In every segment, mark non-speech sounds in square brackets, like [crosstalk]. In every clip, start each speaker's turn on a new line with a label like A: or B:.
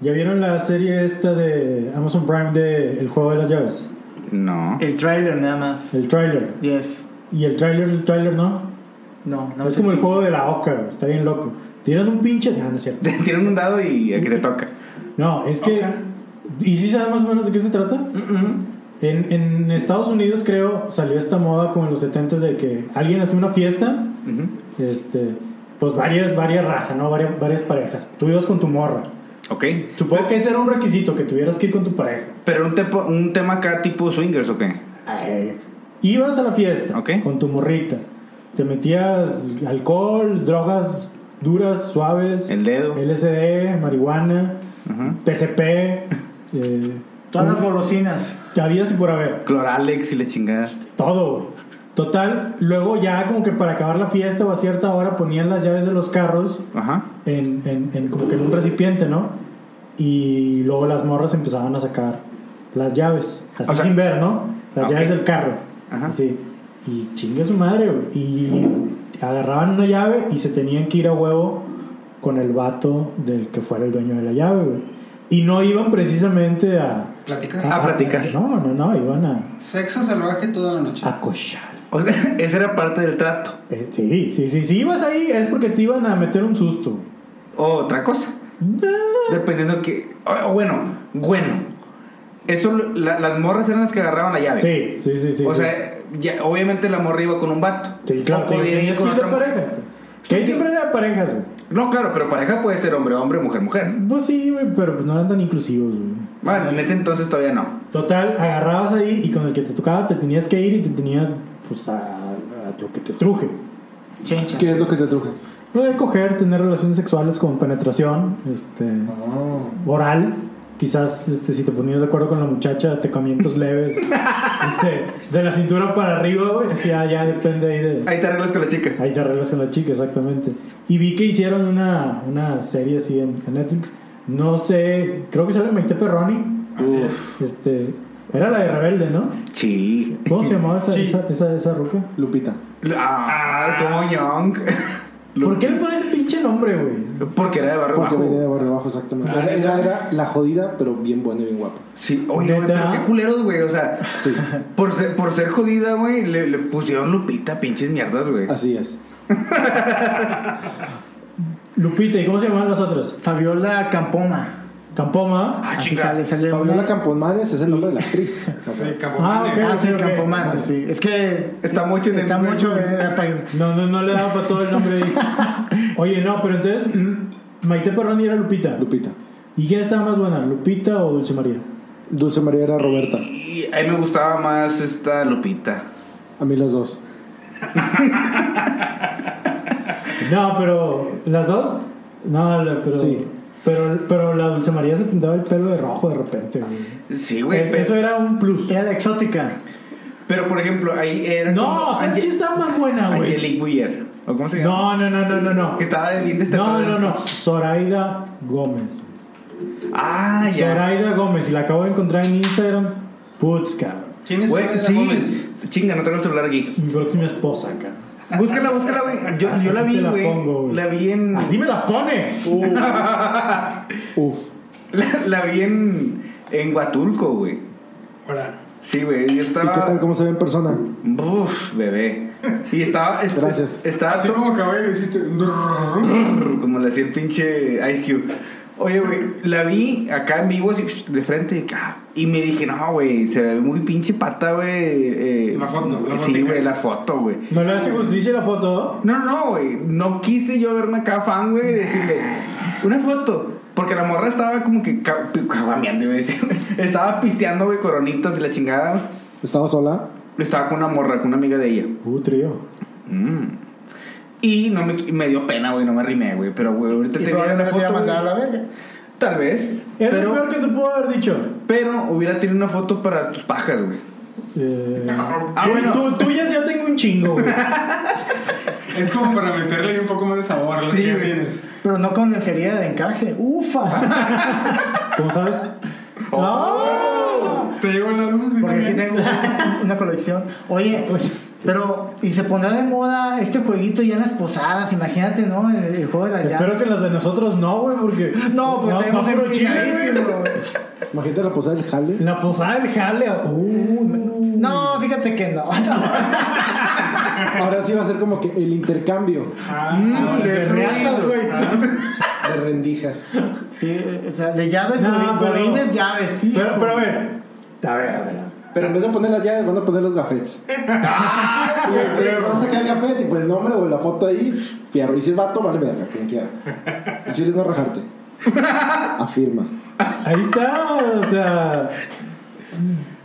A: ¿Ya vieron la serie esta de Amazon Prime de El Juego de las Llaves?
B: [laughs] No.
C: El trailer nada más.
A: El tráiler.
C: Yes.
A: Y el tráiler, el tráiler no.
C: No, no
A: es
C: sé
A: como el
C: qué
A: juego de la oca, güey, está bien loco. Tiran un pinche... No, no es cierto.
B: Tiran un dado y aquí te toca.
A: No, es que...
C: Oca.
A: ¿Y si sabes más o menos de qué se trata?
C: es. Mm-mm.
A: En, en Estados Unidos, creo, salió esta moda como en los 70s de que alguien hace una fiesta,
B: Ujú.
A: este, pues varias, varias razas, ¿no? Varias, varias parejas. Tú ibas con tu morra.
B: Ok.
A: Supongo que ese era un requisito, que tuvieras que ir con tu pareja.
B: Pero un, tepo- un tema acá tipo swingers o qué?
A: Eh, Ibas a la fiesta
B: Ok.
A: con tu morrita. Te metías alcohol, drogas duras, suaves,
B: El dedo.
A: LSD, marihuana,
B: Ajá.
A: PCP, eh,
C: [laughs] Todas las
A: como-
C: golosinas.
A: que habías y por haber.
B: Cloralex y le chingadas.
A: Todo, güey. Total, luego ya como que para acabar la fiesta o a cierta hora ponían las llaves de los carros
B: Ajá.
A: en, en- en como que en un recipiente, ¿no? Y luego las morras empezaban a sacar las llaves, así
B: O sea-
A: sin ver, ¿no? Las
B: Ah,
A: llaves
B: ok.
A: del carro.
B: Ajá.
A: Así. Y chingue su madre, güey. Y agarraban una llave y se tenían que ir a huevo con el vato del que fuera el dueño de la llave, güey. Y no iban precisamente a...
D: Platicar.
B: A platicar.
A: No, no, no, iban a
D: Sexo salvaje toda la noche.
A: a cochar.
B: O sea, [laughs] esa era parte del trato.
A: Eh, sí, sí, sí. Si ibas ahí es porque te iban a meter un susto. güey.
B: O otra cosa. Dependiendo que. o- o bueno, bueno. Eso, lo- la- las morras eran las que agarraban la llave.
A: Sí, sí, sí, sí.
B: o
A: sí.
B: sea, ya- obviamente la morra iba con un vato.
A: Sí, claro,
B: O
A: que
B: podía ir
A: tenías que
B: con
A: ir de
B: otra mujer.
A: parejas. Que ahí
B: Sí.
A: siempre era de parejas, güey.
B: No, claro, pero pareja puede ser hombre, hombre, mujer, mujer.
A: Pues sí, güey, pero pues no eran tan inclusivos, güey.
B: Bueno, en ese entonces todavía no.
A: Total, agarrabas ahí y con el que te tocaba te tenías que ir y te tenías, pues, a, a lo que te truje.
C: Chencha.
D: ¿Qué es lo que te truje?
A: Lo de coger, tener relaciones sexuales con penetración, este,
D: Oh.
A: oral. Quizás este, si te ponías de acuerdo con la muchacha, tecamientos leves. [laughs] este, de la cintura para arriba, güey. Así ya, ya depende ahí de...
B: Ahí te arreglas con la chica.
A: Ahí te arreglas con la chica, exactamente. Y vi que hicieron una, una serie así en, en Netflix. No sé, creo que sale Maite Perroni.
D: Así
A: Este, era la de Rebelde, ¿no?
B: Sí.
A: ¿Cómo se llamaba esa,
D: Sí.
A: esa, esa, esa ruca?
D: Lupita.
B: Ah, como
A: [laughs]
B: Young.
A: ¿Por qué le pones ese pinche nombre, güey?
B: Porque era de barrio
D: Porque
B: bajo.
D: venía de barrio bajo, exactamente.
A: Ah,
D: Era,
A: ¿neta?
D: era, era la jodida, pero bien buena y bien guapa.
B: Sí, oye, güey,
A: ¿Neta?
B: pero qué culeros, güey. O sea,
D: [laughs] Sí,
B: por ser, por ser jodida, güey, le, le pusieron Lupita, pinches mierdas, güey.
D: así es.
A: Lupita, ¿y cómo se llamaban las otras?
C: Fabiola Campoma.
A: Campoma.
B: Ah,
C: Así
B: chinga.
C: sale, sale
D: Fabiola
C: una-
D: Campomanes es el nombre de la actriz. O sea, [laughs] Sí.
A: Ah, ok.
C: Ah, sí,
A: ok.
C: Campomanes, sí. Es que
B: Está mucho en el-
C: está mucho en el apellido.
A: No, no, no le daba para todo el nombre. ahí. Oye, no, pero entonces mm, Maite Perroni era Lupita.
D: Lupita.
A: ¿Y quién estaba más buena, Lupita o Dulce María?
D: Dulce María era Roberta.
B: Y a mí me gustaba más esta Lupita.
D: A mí las dos.
A: No, pero las dos. No, la- pero,
D: Sí.
A: pero pero la Dulce María se pintaba el pelo de rojo de repente. güey.
B: Sí, güey.
A: Es-
B: Pero,
A: Eso era un plus.
C: Era la exótica.
B: pero, por ejemplo, ahí era.
A: No,
B: como
A: ¿sabes
B: Ange-
A: quién está más buena, güey?
B: Angelique Bouyer. ¿O cómo se llama?
A: No, no, no, no, no, no.
B: Que estaba de bien
A: No,
B: destapada.
A: no, no.
B: pues-
A: Zoraida Gómez.
B: Ah, ya.
A: Zoraida Gómez, y la acabo de encontrar en Instagram. Putz, cabrón.
D: ¿Quién
B: Güey, sí. Chinga, no traigo el celular aquí.
A: Mi próxima esposa, cabrón.
B: Búscala, búscala, güey.
D: Ah,
B: Yo, yo la
A: Así te
B: vi,
A: la pongo,
B: güey.
A: güey.
B: La vi en.
A: Así me la pone.
D: Uh. [laughs] Uf.
B: [laughs] La, la vi en, en Huatulco, güey. Sí, güey, yo
D: ¿Y
B: estaba...
D: qué tal? ¿Cómo se ve en persona?
B: Uf, bebé. Y estaba... est-
D: Gracias.
B: Estaba
E: Así
B: todo-
E: como cabello hiciste.
B: [laughs] como le hacía el pinche Ice Cube. Oye, güey, la vi acá en vivo así, de frente ah, y me dije, no, güey, se ve muy pinche pata, güey. eh,
E: La foto, la
B: Sí,
E: fotica.
B: güey, la foto, güey.
A: No le hace justicia la foto.
B: No, no, no, güey. No quise yo verme acá fan, güey, y decirle una foto. Porque la morra estaba como que ca- pi- caguameando, iba a decir. [laughs] Estaba pisteando, güey, coronitas y la chingada.
D: ¿Estaba sola?
B: Estaba con una morra, con una amiga de ella.
A: Uh, trío.
B: Mm. Y no me, me dio pena, güey, no me rimé, güey. Pero, güey, ahorita
C: Y
B: te viene una
C: probablemente te iba a
B: foto.
C: mandar a
B: güey.
C: la verga.
B: Tal vez.
A: Es lo
B: Pero,
A: peor que te puedo haber
B: [laughs]
A: dicho.
B: pero hubiera tenido una foto para tus pajas, güey.
A: Eh,
B: Ah,
A: tú-
B: bueno.
A: tú, tuyas ya tengo un chingo, güey.
E: Es como para meterle ahí un poco más de sabor a lo
B: Sí,
E: que ya
B: güey.
E: tienes.
C: Pero no con lencería de encaje.
D: [laughs]
C: Ufa.
A: ¿Cómo sabes?
B: Oh.
E: Te llegó la luz y
C: Porque aquí
E: también.
C: tengo una colección. Oye, pues,
A: Oye.
C: Pero, y se pondrá de moda este jueguito ya en las posadas, imagínate, ¿no? El, el juego de las
A: Espero
C: llaves.
A: que las de nosotros no, güey, porque.
C: No, pues
A: no,
C: tenemos
A: puro
C: el
A: chile,
C: finalísimo,
A: güey.
C: güey.
D: Imagínate la posada del [laughs] jale.
A: La posada del jale. Uh,
C: No, fíjate
A: [laughs]
C: que no.
D: Ahora sí va a ser como que el intercambio
A: Mm,
B: ahora
A: de
B: sí fluido.
A: reatas, güey.
D: de rendijas.
C: Sí, o sea, de llaves,
A: No,
C: godín-
A: pero-
C: godines, llaves.
A: Pero, pero a ver. A ver, a ver. a ver.
D: Pero en vez de poner las llaves, van a poner
B: [laughs]
D: los gafetes.
B: Ah,
D: Y entonces vas a sacar el gafete y pues el nombre o la foto ahí, fierro. Y si es vato, vale verga, quien quiera. Y si eres
B: [laughs]
D: no rajarte. Afirma.
A: Ahí está, o sea.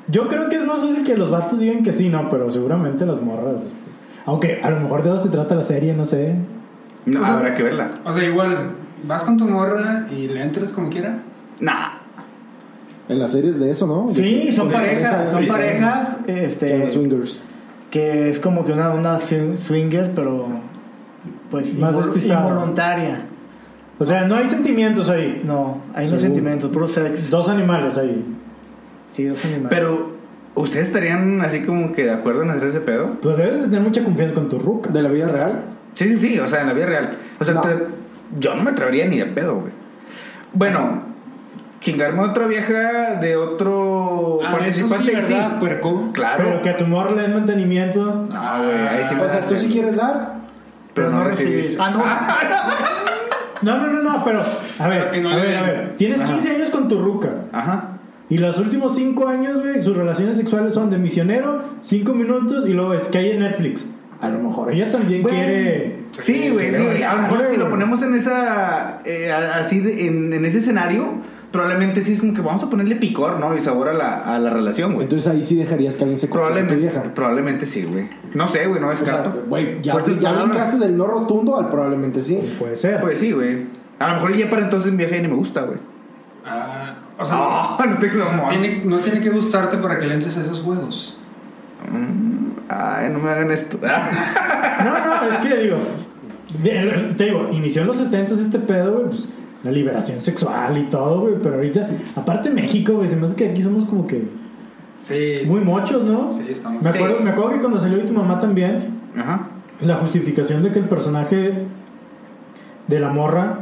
A: Yo creo que es más fácil que los vatos digan que sí, no, pero seguramente las morras. este, Aunque a lo mejor de eso se trata la serie, no sé.
B: No,
E: O sea-
B: habrá que verla.
E: O sea, igual, vas con tu morra y le entras como quiera.
B: Nah.
D: En las series de eso, ¿no?
C: Sí, son parejas, son
B: sí.
C: parejas,
D: Que haga
C: este,
D: swingers.
C: que es como que una onda swing- swinger, pero pues
A: Más
C: invol-
A: despistada.
C: involuntaria.
A: O sea, no hay sentimientos ahí.
C: No, hay
D: Según.
C: unos sentimientos, puro sexo.
A: Dos animales ahí.
C: Sí, dos animales.
B: Pero, ¿ustedes estarían así como que de acuerdo en hacer ese pedo?
A: Pero Pues debes de tener mucha confianza con tu ruca.
D: De la vida real.
B: Sí, sí, sí, o sea, en la vida real. O sea,
D: No.
B: te- yo no me atrevería ni de pedo, güey. Bueno, chingarme a otra vieja de otro
E: Ah, eso
B: participante.
E: sí, ¿verdad,
B: sí.
E: puerco?
F: Pues,
B: Claro.
A: Pero que a tu morra le den mantenimiento.
B: No, güey, ahí sí me
D: Ah, O sea, tú
B: hace,
D: si quieres dar,
B: pero no recibir.
C: Ah, no.
A: No, no, no, no, pero. A
E: Pero
A: ver,
E: que no
A: a
E: le
A: ver,
E: den.
A: a ver. Tienes 15 años con tu ruca.
B: Ajá.
A: Y los últimos 5 años, güey, sus relaciones sexuales son de misionero, 5 minutos y luego es que hay en Netflix. A lo mejor ella también
B: Güey.
A: quiere.
B: Sí, güey,
A: que
B: digo,
A: le-
B: a lo mejor
A: Ándale,
B: si lo
A: güey.
B: ponemos en esa. eh, a- así, de- en, en ese escenario, probablemente sí es como que vamos a ponerle picor, ¿no? Y sabor a la, a la relación, güey.
D: entonces ahí sí dejarías que alguien se coja a tu
B: Probablemente,
D: vieja.
B: probablemente sí, güey. No sé, güey, no
D: O sea,
B: descarto.
D: güey, ya,
B: Fuertes
D: ya
B: palabras.
D: brincaste del no rotundo al probablemente sí.
A: Puede ser.
B: Pues sí, güey. A lo mejor ya para entonces mi vieja ya ni me gusta, güey.
E: Ah, o sea,
B: No,
D: [laughs]
B: no te lo
E: no,
B: mo-
E: tiene, no tiene que gustarte para que le entres a esos juegos.
B: Ay, no me hagan esto. [laughs]
A: No, no, es que digo. de- te digo, inició en los 70 este pedo, güey, pues la liberación sexual y todo, güey. Pero ahorita, aparte México, güey, se me hace que aquí somos como que
E: Sí.
A: muy mochos, ¿no?
E: Sí, estamos-
A: Me acuerdo,
B: Sí.
A: me acuerdo que cuando salió y tu mamá también,
B: Ajá.
A: la justificación de que el personaje de la morra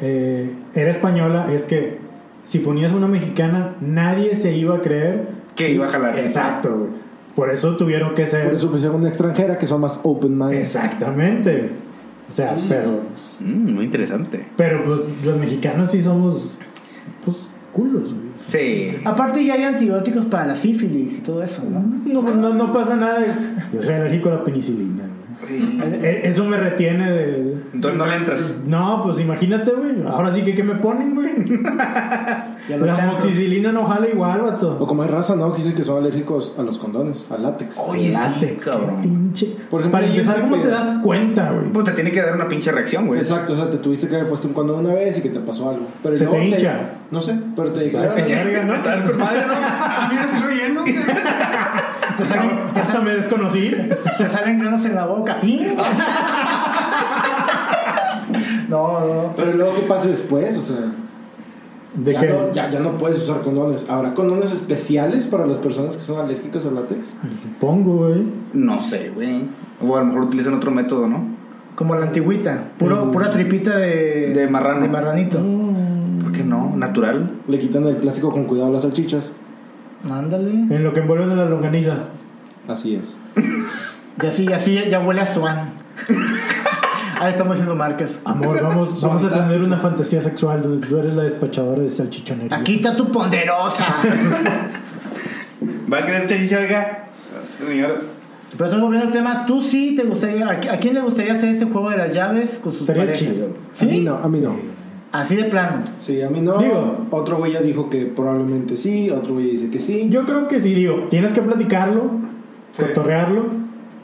A: eh, era española es que si ponías una mexicana, nadie se iba a creer
B: Que iba a jalar.
A: Exacto, güey. Por eso tuvieron que ser.
D: Por eso pues, pusieron una extranjera que son más open mind.
A: Exactamente. O sea,
E: Mm.
A: pero.
B: Mm, muy interesante.
A: Pero pues los mexicanos sí somos. Pues culos, güey. O sea,
B: Sí.
C: Aparte ya hay antibióticos para la sífilis y todo eso, ¿no?
A: No, no, no pasa nada. Yo soy alérgico a la penicilina, güey. E- Eso me retiene de.
B: Entonces no le entras.
A: No, pues imagínate, güey. Ahora sí que ¿qué me ponen, güey.
C: Ya los
A: La
C: chancros.
A: moxicilina no jala igual,
D: O
A: vato.
D: como hay raza, ¿no? Que dicen que son alérgicos a los condones, al látex.
B: Oye,
A: Látex,
B: sí,
A: qué
B: cabrón.
A: pinche.
D: Por ejemplo,
A: Para
D: ahí
A: empezar,
D: este
A: ¿cómo te
D: pedo.
A: das cuenta,
B: [laughs]
A: güey?
B: Pues te tiene que dar una pinche reacción, güey.
D: Exacto, o sea, te tuviste que haber puesto un condón una vez y que te pasó algo. Pero
A: Se
D: luego
A: te hincha.
D: No sé, pero te declaran.
A: Te
D: así.
A: larga, ¿no?
E: Ah, mira, si lo lleno.
C: Te salen, te
A: Hasta
C: salen-
A: me desconocí.
C: te salen granos en la boca. ¡Y! [laughs] No, no.
D: Pero luego, ¿qué pasa después? O sea,
A: ¿De
D: ya
A: qué?
D: no, ya, ya no puedes usar condones. ¿Habrá condones especiales para las personas que son alérgicas al látex?
A: Supongo, güey.
B: No sé, güey. O a lo mejor utilizan otro método, ¿no?
C: Como la antigüita. Puro, Pura tripita de...
B: De marrano.
C: De marranito.
B: ¿Por qué no? Natural.
D: Le quitan el plástico con cuidado a las salchichas.
C: Ándale.
A: En lo que envuelven a la longaniza.
D: Así es.
C: Ya sí, ya sí, ya huele a Swan. Ahí estamos haciendo marcas.
A: Amor, vamos, vamos a
D: Fantástico.
A: tener una fantasía sexual donde tú eres la despachadora de salchichonería.
C: Aquí está tu ponderosa.
B: ¿Va a querer salchicha, oiga? Señora.
C: Pero tengo que poner el tema. ¿Tú sí te gustaría... ¿A qui- a quién le gustaría hacer ese juego de las llaves con sus
A: Estaría
C: parejas?
A: chido.
D: A mí
C: ¿Sí?
D: no, a mí no.
C: Así de plano.
D: Sí, a mí no.
A: Digo-
D: otro güey ya dijo que probablemente sí, otro güey dice que sí.
A: Yo creo que sí, digo, tienes que platicarlo,
E: Sí.
A: cotorrearlo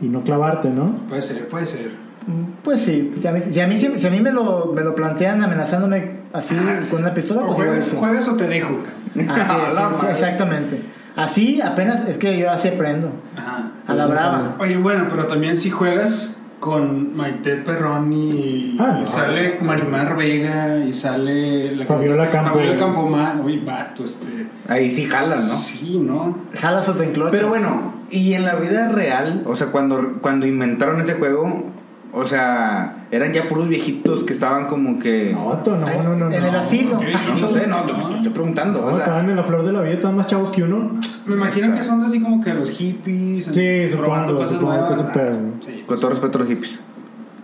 A: y no clavarte, ¿no?
E: Puede ser, puede ser.
C: Mm, Pues sí. Si a mí, si a mí, si- si a mí me, lo, me lo plantean amenazándome así con una pistola,
E: O
C: pues igual
E: juegas,
C: sí.
E: juegas o te dejo.
C: [laughs] Así,
B: A
C: así,
B: la
C: así,
B: madre.
C: exactamente. Así apenas es que yo así aprendo.
E: Ajá.
C: A la
D: Pues,
C: brava.
E: Oye, bueno, pero también si juegas, con Maite Perroni.
A: Ah,
E: y
A: no.
E: Sale Marimar Vega y sale. La
A: Fabiola
E: Campo.
A: Campo.
E: Fabiola Campomar. Uy, vato, este.
B: Ahí sí jalan, ¿no?
E: Sí, ¿no?
C: Jalas o te enclochas.
B: Pero bueno, y en la vida real, o sea, cuando, cuando inventaron este juego, o sea, eran ya puros viejitos que estaban como que.
A: No, vato, no, no, no.
C: En el
A: no.
C: asilo.
E: ¿Qué?
B: No, no sé, no, te, te estoy preguntando.
A: No,
B: o sea,
A: estaban en la flor de la vida, estaban más chavos que uno.
E: Me imagino que son de así como que los hippies.
A: Sí, supongo,
E: probando
A: supongo que ese pedo.
E: Ah, sí.
B: con todo respeto a los hippies.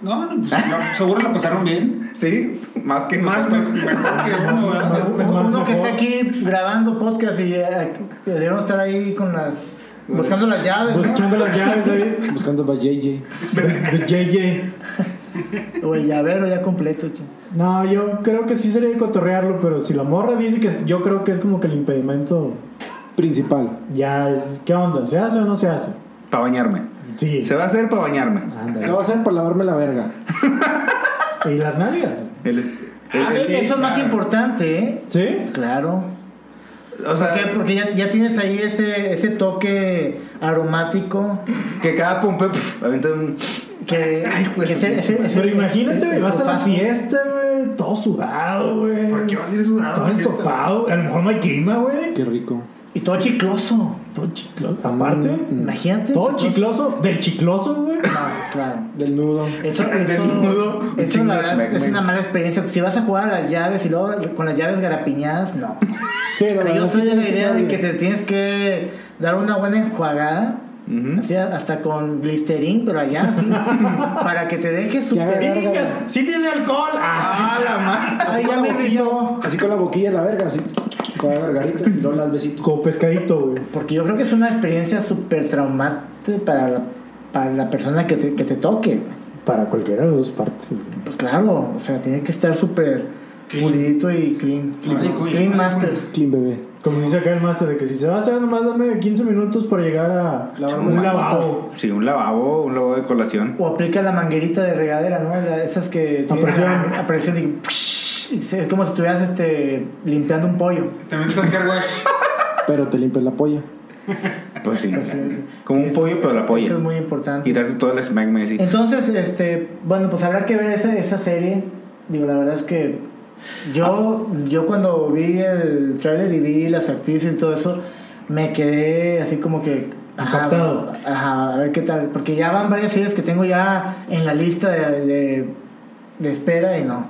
E: No, no, pues, no, seguro la pasaron bien.
B: Sí, más que
E: Más, pues,
A: [laughs]
B: más.
E: mejor que uno, ¿verdad?
A: Más-
C: Uno
A: más
C: que
A: mejor.
C: está aquí grabando podcast y eh, debieron estar ahí con las. buscando las llaves. Ah, ¿no?
A: Buscando pues, las llaves ahí.
D: Buscando para JJ.
A: De JJ.
C: O el llavero ya completo, che.
A: No, yo creo que sí sería de cotorrearlo, pero si la morra dice que es- yo creo que es como que el impedimento
D: Principal.
A: ya es. ¿Qué onda? ¿Se hace o no se hace?
B: Para bañarme.
A: Sí.
B: Se va a hacer para bañarme.
A: Ándale.
D: Se va a hacer para lavarme la verga.
A: ¿Y las nalgas?
B: El es- el-
C: Ah,
E: sí,
C: eso es más
E: claro.
C: importante, ¿eh?
A: ¿Sí?
C: Claro.
B: o sea,
C: Porque, porque ya, ya tienes ahí ese, ese toque aromático
B: que cada pues, pompeo pf, avienta un-
C: que, que ese- ese- ese-
A: pues, Pero imagínate, güey, vas a la
C: ese-
A: fiesta, güey, todo sudado, güey.
E: ¿Por qué vas a ir sudado?
A: Todo ensopado, güey. a lo mejor no hay clima, güey.
D: Qué rico.
C: Y todo chicloso.
A: Todo chicloso. Aparte,
D: Mm,
C: Imagínate.
A: todo chicloso, del chicloso, güey.
C: Ah, claro.
D: Del nudo.
C: Eso, eso,
B: Desnudo, un
C: eso
B: chingo
C: la
B: de
C: verdad es-
B: smegma.
C: es una mala experiencia. Si vas a jugar a las llaves y luego con las llaves garapiñadas, no.
D: Sí, la
C: Pero
D: verdad
C: yo
D: es que
C: estoy de
D: tienes
C: la
D: que
C: idea
D: quedar
C: de que
D: bien.
C: te tienes que dar una buena enjuagada.
B: Ujú.
C: así hasta con glisterín, pero allá
A: [laughs]
C: sí. para que te dejes
D: Que haga
C: super.
D: gárgara.
A: Digas, sí tiene alcohol. Ah, la madre.
D: Así
C: Ay,
D: con
C: ya
D: la
C: me
D: boquilla.
C: irritó.
D: Así con la boquilla en la verga, así. Con la gargarita y luego las besitos.
A: Como pescadito, güey.
C: Porque yo creo que es una experiencia súper traumante para la, para la persona que te, que te toque.
A: Para cualquiera de las dos partes, güey.
C: Pues claro, o sea, tiene que estar súper
E: Clean.
C: pulidito y clean.
E: Clean.
C: Clean, clean master.
D: Clean bebé.
A: Como dice acá el máster, de que si se va a hacer, nomás dame 15 minutos para llegar a
D: Lavarme
A: un
D: las
A: lavabo.
B: Sí, un lavabo, un lavabo de colación.
C: O aplica la manguerita de regadera, ¿no? La- esas que... tienen-
A: presión.
C: A presión y... psh, y se- Es como si estuvieras este, limpiando un pollo.
E: También está el cargo
A: [laughs]
D: Pero te limpias la polla.
B: Pues sí.
C: Así es.
B: Como un
C: Eso-
B: pollo, pero la
C: eso-
B: polla.
C: Eso es muy importante.
B: Quitarte todo el smegma y así.
C: Entonces, este... Bueno, pues habrá que ver esa, esa serie. Digo, la verdad es que... Yo, yo cuando vi el tráiler y vi las actrices y todo eso, me quedé así como que... ajá,
A: Impactado.
C: Ajá, a ver qué tal. Porque ya van varias series que tengo ya en la lista de, de, de espera y no.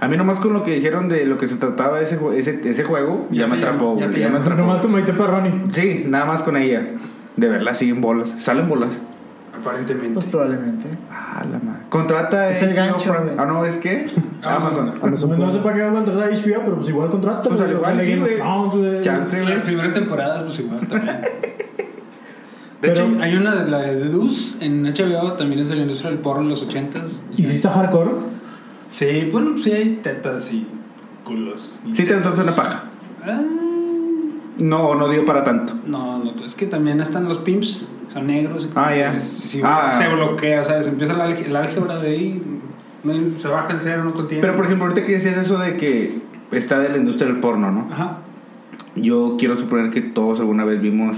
B: A mí nomás con lo que dijeron de lo que se trataba ese, jue- ese, ese juego, ya,
E: Ya
B: me
E: te
B: atrapó,
E: llamó, ya
B: güey,
E: te
B: ya me
E: llamó.
B: atrapó.
A: Nomás con Maite Perroni.
B: Sí, nada más con ella. De verla así en bolas. Salen bolas.
C: Pues
E: Aparentemente.
C: probablemente.
B: Ah, la madre. Contrata
C: Es el
B: HBO
C: gancho,
B: Prime.
C: güey.
B: Ah, no, ¿es [laughs] qué? Amazon.
A: Ah, No,
D: Amazon
A: no sé
D: Prime.
A: para qué va a contratar a HBO, pero pues igual contrata.
B: Pues al
A: güey.
B: igual
A: Sale
B: sí,
A: Game of
B: güey.
A: Thrones, güey.
B: Chance, güey.
E: Las primeras temporadas, pues igual también. De
A: Pero-
E: hecho, hay una de la de Deuce en HBO, también es de la industria del porno en los 80s.
A: ¿Y si está hardcore?
E: Sí, bueno, sí hay tetas y culos. Y
B: Sí, te
E: tetas.
B: entonces una paja.
E: Ah,
B: No, no dio para tanto.
E: no, no, es que también están los pimps, son negros. y como
B: Ah,
E: que
B: ya.
E: es- Si
B: Ah.
E: se bloquea, ¿sabes? Empieza la, alg- la álgebra de ahí, no hay- se baja el cero, no contiene.
B: Pero por ejemplo, ahorita que decías eso de que está de la industria del porno, ¿no?
E: Ajá.
B: Yo quiero suponer que todos alguna vez vimos.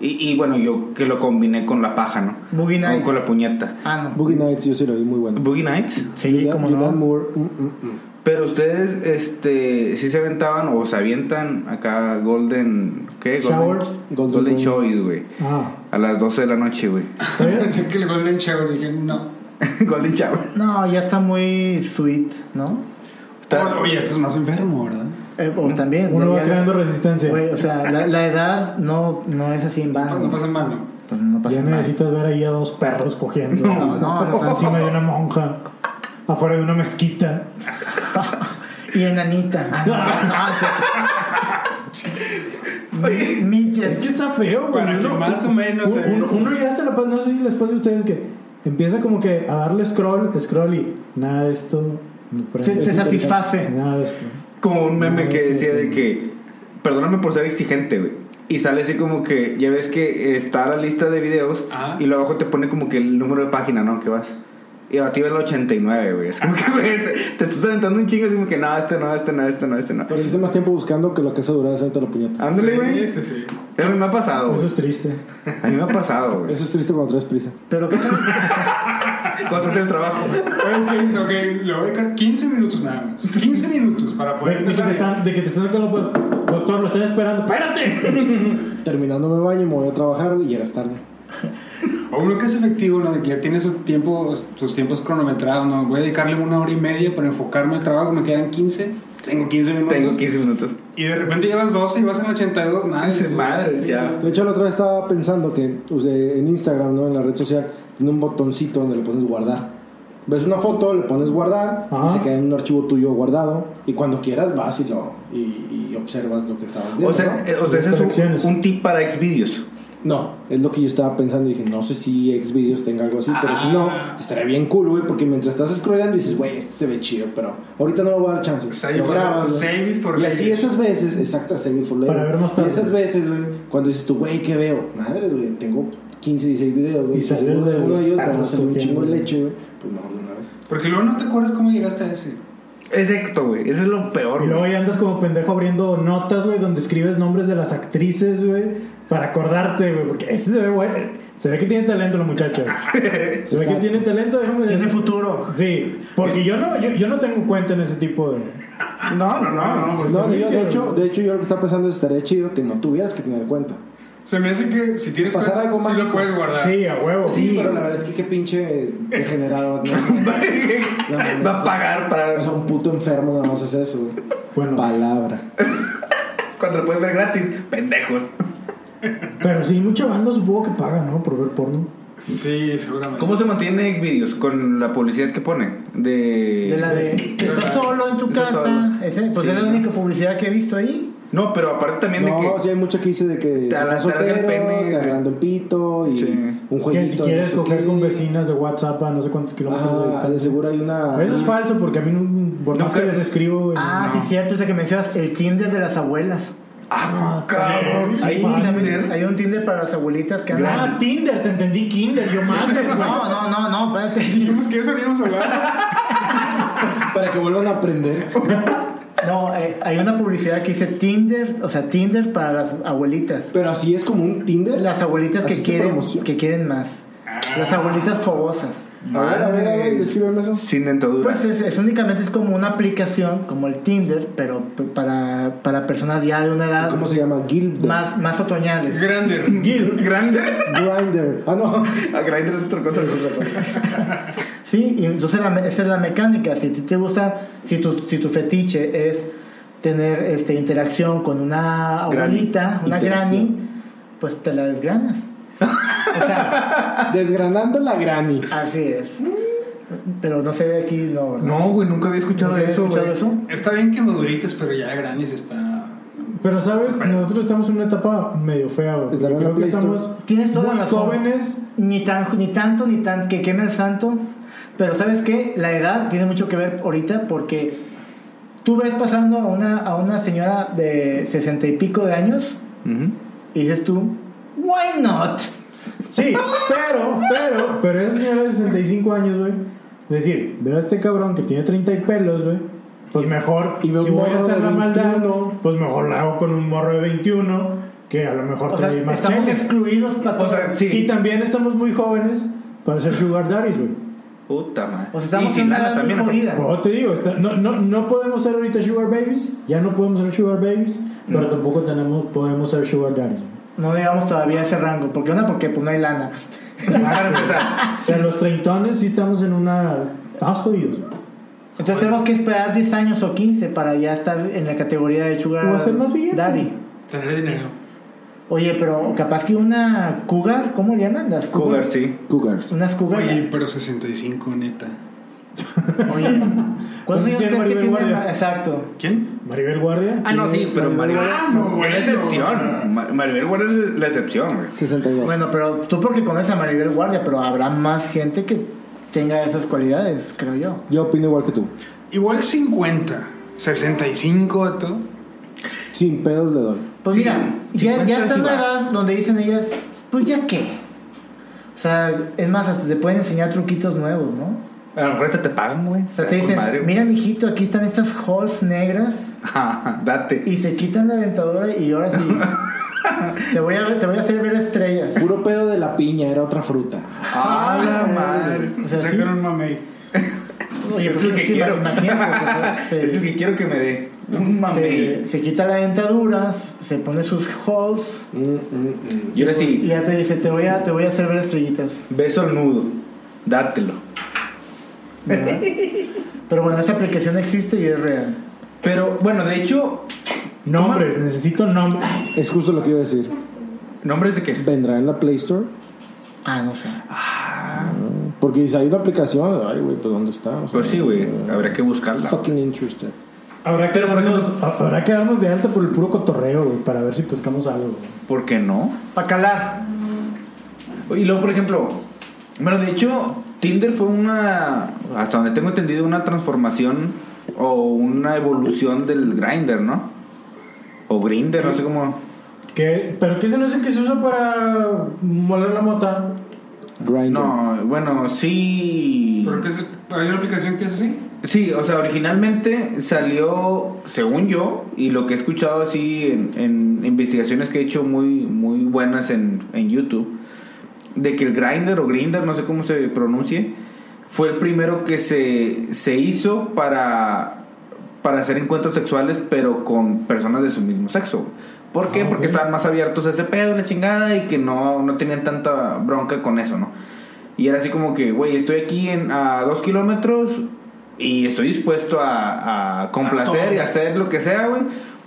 B: Y, y bueno, yo que lo combiné con la paja, ¿no?
C: Boogie
B: O
C: Nights.
B: con la puñeta.
C: Ah, no.
D: Boogie Nights, yo sí lo vi muy bueno.
B: Boogie Nights.
C: Sí,
D: Julian-
C: como
D: Julian
C: no.
D: Moore. mm, mm, mm.
B: Pero ustedes, este, sí se aventaban o se avientan acá Golden. ¿Qué? Golden,
A: Shower.
B: Golden,
D: Golden Boy.
B: Choice, güey.
A: Ah,
B: A las 12 de la noche, güey. [laughs]
A: ¿está
F: ¿Ah,
A: bien?
E: [laughs] Pensé que le golden shower dije, no.
B: Golden Shower.
C: No, ya está muy sweet, ¿no?
B: Está-
E: Oye, esto es más enfermo, ¿verdad?
C: Eh, o [laughs] también.
A: Uno
C: ya-
A: va
C: ya-
A: creando resistencia.
C: Güey, o sea, la, la edad no, no es así en
F: Ah,
C: vano.
E: No pasa mano.
C: Pues no pasa
A: Ya
C: nada.
A: necesitas ver ahí a dos perros cogiendo.
C: No, no, no tan
A: encima de una monja. Afuera de una mezquita.
C: Y enanita. Ah, no, no, o sea- Midget.
A: Es que está feo, güey.
E: Para que más o menos,
A: Uno,
E: eh.
A: uno- uno ya se la pasa. No sé si les pasa a ustedes que empieza como que a darle scroll, scroll y nada de esto. me prende.
C: Te- te
A: Es
C: satisface.
A: Nada de esto.
B: como un meme
A: No,
B: que
A: sí,
B: decía de
A: sí.
B: que. Perdóname por ser exigente, güey. Y sale así como que. Ya ves que está la lista de videos.
E: Ajá.
B: Y luego abajo te pone como que el número de página, ¿no? Que vas. Y a ti el 89, güey. Es como que, [laughs] güey, es- te estás aventando un chingo. Es como que, no, este no, este no, este no, este no.
D: Perdiste más tiempo buscando que lo que eso duró hacerte la puñeta.
C: Ah.
B: Ándale, güey.
F: Sí, sí, sí.
B: Pero a mí me ha
E: Oh.
B: pasado.
A: Eso
B: güey.
A: es triste.
B: A mí me ha pasado, güey.
D: Eso es triste cuando traes prisa.
C: Pero qué son.
B: ¿Cuánto es el trabajo?
F: Ok, ok, le voy a dejar 15 minutos nada más. 15 minutos para
A: De,
F: poder
A: de que te
F: empezar.
A: están, de que te están acá, doctor, lo están
E: [laughs]
A: esperando. ¡Espérate!
D: Terminando me baño y me voy a trabajar güey, y llegas tarde.
F: O uno que es efectivo, ¿no? De que ya tiene su tiempo, sus tiempos cronometrados, ¿no? Voy a dedicarle una hora y media para enfocarme al trabajo, me quedan 15. Tengo 15 minutos.
B: Tengo 15 minutos.
F: Y de repente llevas 12 y vas en 82, madre.
B: Madre, ya.
D: De hecho, la otra vez estaba pensando que o sea, en Instagram, ¿no? En la red social, tiene un botoncito donde le pones guardar. Ves una foto, le pones guardar
A: Ajá.
D: y se queda en un archivo tuyo guardado. Y cuando quieras vas y lo y, y observas lo que estabas viendo.
B: O sea,
D: ¿no?
B: eh, o sea, ese es
A: Conexiones.
B: un, un tip para Xvideos.
D: No, es lo que yo estaba pensando. Y dije, no sé si Xvideos tenga algo así, pero si no,
F: Ah.
D: estaría bien cool, güey. Porque mientras estás scrollando dices, güey, este se ve chido, pero ahorita no lo voy a dar chance.
F: Save
D: lo
F: for-
D: grabas. güey.
F: save it for
D: y así
F: later.
D: esas veces, exacto, save it for later.
A: Para ver más tarde.
D: Y esas veces, güey, cuando dices tú, güey, ¿qué veo? Madre, güey, tengo 15, 16 videos, güey.
A: Y
D: Si
A: salir
D: seguro de
A: de
D: alguno
A: los
D: de ellos
A: perros
D: van a salir un
A: cogiendo.
D: chingo de leche, güey. Pues mejor de una vez.
F: Porque luego no te acuerdas cómo llegaste a ese.
B: Exacto, güey. Eso es lo peor,
A: Y luego
B: güey.
A: ya andas como pendejo abriendo notas, güey, donde escribes nombres de las actrices, güey, para acordarte, güey, porque ese se ve bueno. Se ve que tiene talento la muchacha. güey. Se ve que
D: Exacto.
A: tiene talento, déjame
C: Tiene futuro.
A: Sí, porque yo no, yo, yo no tengo cuenta en ese tipo de.
B: No, no, no, no.
F: pues
D: No,
A: también
D: yo, de,
A: hicieron,
D: hecho,
A: güey.
D: de hecho, yo lo que estaba pensando es estaría chido que no tuvieras que tener cuenta.
F: Se me hace que si tienes
D: Pasar algo
F: sí lo
D: mágico.
F: puedes guardar.
A: Sí, a huevo.
D: Sí, pero la verdad es que qué pinche degenerado.
A: [laughs]
D: ¿no?
B: [laughs] Va a pagar
D: O sea,
B: para
D: un puto enfermo nada más es eso. güey.
A: Bueno.
D: Palabra.
B: cuando lo puedes ver gratis. Pendejos.
A: Pero sí, mucha banda supongo que paga, ¿no? Por ver porno.
F: Sí, seguramente.
B: ¿Cómo se mantiene Xvideos? Con la publicidad que pone. De.
C: De la de. Estás solo en tu
B: Estás
C: casa.
B: solo.
C: Ese, pues
B: Sí.
C: es la única publicidad que he visto ahí.
B: No, pero aparte también de que.
D: No, sí hay mucho que dice de que si
B: alarga
D: estás
B: el
D: soltero,
B: pene,
D: te agrando el pito y
B: Sí.
D: un jueguito.
A: Que si quieres
D: no sé
A: coger
D: qué.
A: con vecinas de WhatsApp a no sé cuántos kilómetros de
D: Ah, de
A: distancia.
D: seguro hay una.
A: Eso es falso porque a mí no, por
B: No
A: más que
B: creo.
A: les escribo, güey,
C: Ah, sí, cierto, es que mencionas el Tinder de las abuelas.
B: ¡Ah, cabrón!
A: Sí,
B: Ahí
C: Sí, también
B: Tinder.
C: hay un Tinder para las abuelitas que
A: Ah,
C: andan.
A: Tinder, te entendí Kinder, yo mames,
C: No,
A: güey.
C: no, no, no, espérate.
F: Dijimos que eso no íbamos a hablar.
D: Para que vuelvan a aprender.
C: No, eh, hay una publicidad que dice Tinder, o sea, Tinder para las abuelitas.
D: Pero así es como un Tinder.
C: Las abuelitas
D: Así
C: que
D: se
C: quieren,
D: promociona.
C: que quieren más. Las abuelitas fogosas.
D: A ver, a ver, a ver, descríbeme
B: [laughs]
D: eso.
B: Sin dentadura.
C: Pues es, es únicamente es como una aplicación, como el Tinder, pero p- para, para personas ya de una edad
D: ¿Cómo se llama? Guild.
C: más, más otoñales.
F: Grande.
B: Gil. Grande. [laughs]
D: Grinder. Ah,
A: [laughs]
D: no.
B: A Grindr es otra cosa.
C: Sí, y entonces la me- esa es la mecánica. Si a ti te gusta, si tu, si tu fetiche es tener este, interacción con una
B: Granny.
C: abuelita, una
D: Interacción.
C: granny, pues te la desgranas.
D: [laughs]
C: o sea,
D: Desgranando la granny.
C: así es. Pero no sé, aquí no. ¿verdad?
B: No, güey, nunca había escuchado
C: ¿Nunca había
B: eso,
C: escuchado
B: güey.
C: eso?
F: Está bien que madurites, pero ya Granis está.
A: Pero sabes, nosotros estamos en una etapa medio fea, güey.
D: Estará en la
A: Creo que
D: Play Store.
A: estamos
C: Tienes toda
A: muy
C: la razón.
A: jóvenes.
C: Ni, tan, ni tanto, ni tan que queme el santo. Pero sabes qué? La edad tiene mucho que ver ahorita porque tú ves pasando a una, a una señora de sesenta y pico de años
B: Ujú.
C: y dices tú, ¿why not?
A: Sí, pero, pero, pero esa señora de 65 años, güey. Decir, veo a este cabrón que tiene 30 y pelos, güey. Pues mejor,
D: y veo
A: si
D: un
A: voy a
D: morro
A: hacer
D: de
A: la maldad,
D: 21.
A: pues mejor la hago con un morro de 21, que a lo mejor
C: O sea,
A: trae más
C: estamos
A: chelas.
C: excluidos para
B: O sea, sí.
A: Y también estamos muy jóvenes para ser sugar daddies, güey.
B: Puta madre.
C: O sea, estamos
B: Y sin
C: en una
B: lana
C: edad muy
B: aparte. [laughs]
C: jodida.
A: Como te digo, está- no, no, no podemos ser ahorita sugar babies, ya no podemos ser sugar babies, pero tampoco tenemos, podemos ser sugar daddies. güey.
C: No llegamos todavía a ese rango. porque una? Porque pues no hay lana.
B: Para empezar.
A: O sea, los treintones sí estamos en una... Estamos jodidos.
C: Entonces tenemos que esperar 10 años o 15 para ya estar en la categoría de sugar
A: O hacer más billete.
C: daddy.
F: Tener dinero.
C: Oye, pero capaz que una cougar, ¿cómo le llaman? Las
B: Cougar, sí.
D: Cougars.
C: Unas cougar.
F: Oye, pero 65, neta.
C: Oye, [laughs] ¿cuántos
A: tiene
C: años crees que
A: Maribel
C: tiene?
A: Guardia?
C: Ma- Exacto.
F: ¿Quién?
A: Maribel Guardia.
B: Ah, no, sí, pero Maribel.
F: Ah, no,
B: Es
F: bueno.
B: la excepción. Ma- Maribel Guardia es la excepción, güey.
D: 62.
C: Bueno, pero tú porque conoces a Maribel Guardia, pero habrá más gente que tenga esas cualidades, creo yo.
D: Yo opino igual que tú.
F: Igual 50. 65, vato.
D: Sin pedos le doy.
C: Pues
B: Sí,
C: mira, ya,
B: 50
C: ya está
B: sí
C: en una
B: va.
C: edad donde dicen ellas, pues ya qué. O sea, es más, hasta te pueden enseñar truquitos nuevos, ¿no?
B: A lo mejor hasta te pagan, Ah, güey.
C: O sea, te dicen, mira, mijito, aquí están estas halls negras
B: [laughs] Ajá, date.
C: y se quitan la dentadura y ahora sí. te, voy a, te voy a hacer ver estrellas.
D: Puro pedo de la piña, era otra fruta.
B: ¡Ah, la madre!
C: O sea, sí.
F: Sacaron un mamey.
C: Oye,
B: Es
C: pues
B: lo
C: es
B: que
C: que
B: quiero.
C: imagínate, o sea,
B: [laughs] Es
C: se-
B: lo que quiero que me dé. Un mamey.
C: se, se quita la dentadura, se pone sus halls
D: Mm, mm, mm.
B: Y ahora
C: y
B: sí,
C: ya te dice, te voy a, te voy a hacer ver estrellitas.
B: beso al nudo. Dátelo. [laughs]
C: ¿verdad? Pero bueno, esa aplicación existe y es real.
B: Pero, bueno, de hecho,
A: Nombres, necesito nombres.
D: Es justo lo que iba a decir.
B: ¿nombres de qué?
D: ¿Vendrá en la Play Store?
C: Ah, no sé.
D: Porque dice, hay una aplicación. Ay, güey, pues ¿dónde está? O sea,
B: Pues sí, güey. Habrá que
D: I'm
B: buscarla.
D: Fucking interested.
A: Habrá que, darnos, habrá que darnos de alta por el puro cotorreo, güey, para ver si pescamos algo. güey.
B: ¿Por qué no?
C: Para calar.
B: Y luego, por ejemplo, bueno, de hecho, Tinder fue una, hasta donde tengo entendido, una transformación o una evolución del Grinder, ¿no? O Grinder, no sé cómo.
A: ¿Qué? ¿Pero qué se nos hace que se usa para moler la mota?
D: Grindr.
B: No, bueno, sí.
E: ¿Pero qué es? ¿Hay una aplicación que es así?
B: Sí, o sea, originalmente salió, según yo, y lo que he escuchado así en, en investigaciones que he hecho muy, muy buenas en, en YouTube, de que el Grinder o Grinder, no sé cómo se pronuncie, fue el primero que se, se hizo para, para hacer encuentros sexuales, pero con personas de su mismo sexo. ¿Por qué?
A: Ah,
B: Porque
A: ok.
B: estaban más abiertos a ese pedo, la chingada, y que no, no tenían tanta bronca con eso, ¿no? Y era así como que, güey, estoy aquí en, a dos kilómetros y estoy dispuesto a, a complacer y hacer lo que sea, güey.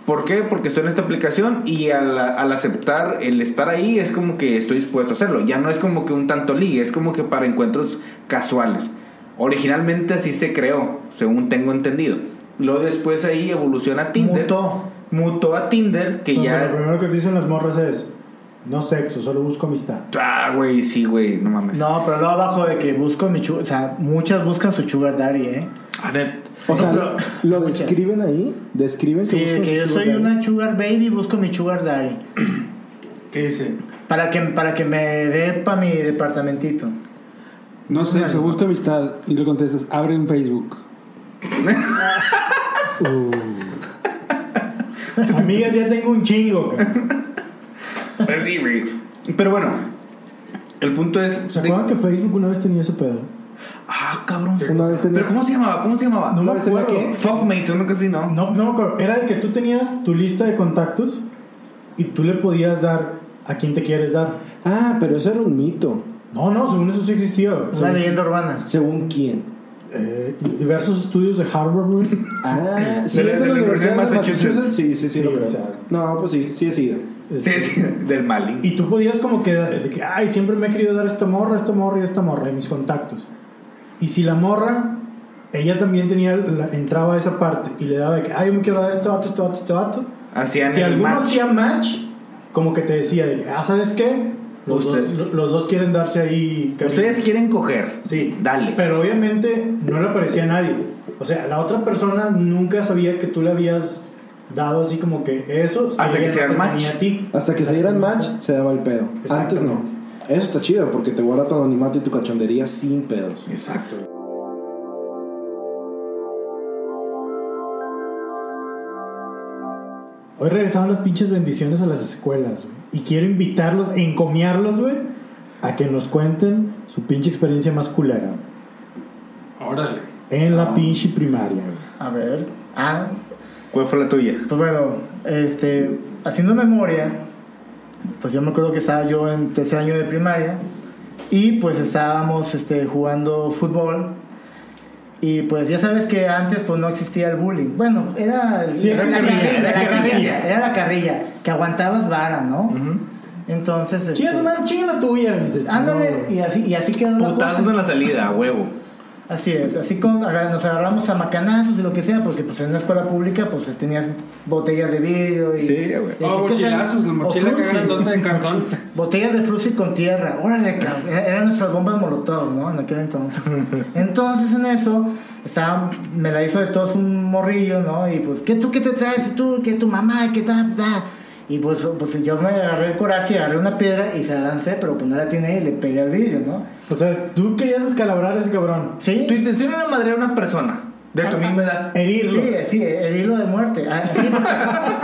B: ¿Por qué? Porque estoy en esta aplicación y al, al aceptar el estar ahí es como que estoy dispuesto a hacerlo. Ya no es como que un tanto ligue, es como que para encuentros casuales. Originalmente así se creó, según tengo entendido. Luego después ahí evoluciona a Tinder.
C: Mutó.
B: Mutó a Tinder, que
A: No,
B: ya...
A: pero Lo primero que te dicen las morras es, no sexo, solo busco amistad.
B: Ah, güey, sí, güey, no mames.
C: No, pero luego abajo de que busco mi chu- O sea, muchas buscan su sugar daddy, ¿eh?
B: Ah, net.
D: O
C: No,
D: sea, lo,
C: pero-
D: lo describen ahí. Describen
C: Sí,
D: que buscan
C: que
D: su
C: yo
D: sugar
C: soy
D: daddy.
C: una sugar baby, busco mi sugar daddy.
F: ¿Qué dice?
C: Para que, para que me dé para mi departamentito.
F: No sé, se busca amistad y le contestas, abre en Facebook.
A: [laughs]
D: Uh.
A: Amigas, ya tengo un chingo. cabrón.
B: Pues sí, güey. Pero bueno, el punto es...
A: ¿Se acuerdan que Facebook una vez tenía ese pedo?
B: Ah, cabrón.
D: Una vez tenía-
B: ¿Pero cómo se llamaba? ¿Cómo se llamaba?
A: No me
D: ¿Sabes tenía
A: acuerdo.
D: qué?
B: Fuckmates, uno que sí, ¿no?
A: No, no me acuerdo. Era de que tú tenías tu lista de contactos y tú le podías dar a quien te quieres dar.
D: Ah, pero eso era un mito.
A: No, no, según eso sí existió. güey.
C: Una
A: Según-
C: leyenda urbana.
D: ¿Según quién?
A: eh, diversos estudios de Harvard,
B: [laughs]
A: güey.
D: Ah, sí,
B: De la- de
D: es de la
B: la
D: Universidad de
B: Massachusetts.
D: Massachusetts. Sí, sí, sí,
A: Sí,
D: lo creo.
A: o sea-
D: No, pues sí, sí he sido.
B: Sí, sí, del Mali.
A: Este, Y tú podías como que, de que, ay, siempre me he querido dar esta morra, esta morra y esta morra, y mis contactos. Y si la morra, ella también tenía, la- entraba a esa parte y le daba de que, ay, yo me quiero dar este vato, este vato, este vato.
B: Hacían
A: si
B: el
A: alguno
B: match.
A: hacía match, como que te decía de que, ah, ¿sabes qué? Los, dos,
B: Usted-
A: lo- los dos quieren darse ahí. cariño".
B: Ustedes quieren coger.
A: Sí.
B: Dale.
A: Pero obviamente no le aparecía a nadie. O sea, la otra persona nunca sabía que tú le habías dado así como que eso. si
B: Hasta que
A: ella
B: hicieran
A: no te
B: match.
A: tenía A ti.
D: Hasta que se dieran match, se daba el pedo. Antes no. Eso está chido porque te guarda tu anonimato y tu cachondería sin pedos.
B: Exacto.
A: Hoy regresaron las pinches bendiciones a las escuelas, güey. Y quiero invitarlos, encomiarlos, güey, a que nos cuenten su pinche experiencia más culera güey,
E: Órale.
A: en
B: Ah.
A: la pinche primaria, güey.
C: A ver. Ah,
B: ¿Cuál fue la tuya?
C: pues bueno, este, haciendo memoria, pues yo me acuerdo que estaba yo en tercer año de primaria y pues estábamos este, jugando fútbol. Y pues ya sabes que antes pues no existía el bullying. Bueno, era, el-
A: Sí,
C: era, la
A: existía,
C: carrilla,
A: era
C: la
A: carrilla.
C: carrilla, era la carrilla, que aguantabas vara, ¿no? Entonces... este,
A: Chinga tu madre, chinga la tuya, güey. Se
C: Ándale,
A: chingó, güey.
C: y así, y así quedó la
B: Putazos
C: cosa.
B: en la salida, a huevo.
C: Así es, así con, aga- nos agarramos a macanazos y lo que sea, porque pues en una escuela pública pues tenías botellas de vidrio y...
B: Sí, güey.
C: y
E: Oh,
C: aquí que-
E: mochilazos, la
C: o
E: mochila que
C: frutzi.
E: grandota de cartón.
C: Botellas de frusi con tierra, órale, cabrón. Era- Eran nuestras bombas molotov, ¿no? En
B: [laughs]
C: aquel entonces. Entonces en eso, estaba, me la hizo de todos un morrillo, ¿no? Y pues, ¿qué tú qué te traes? ¿Tú qué tu mamá? ¿Qué tal? Bla. Y pues, pues yo me agarré el coraje, agarré una piedra y se la lancé, pero pues no la tiene y le pegué al vidrio, ¿no?
A: O sea, tú querías descalabrar a ese cabrón.
C: Sí.
B: Tu intención era madrear a una persona de tu misma edad.
A: Herirlo.
C: Sí, sí, el hilo de muerte. Ah,
B: [laughs]
C: sí.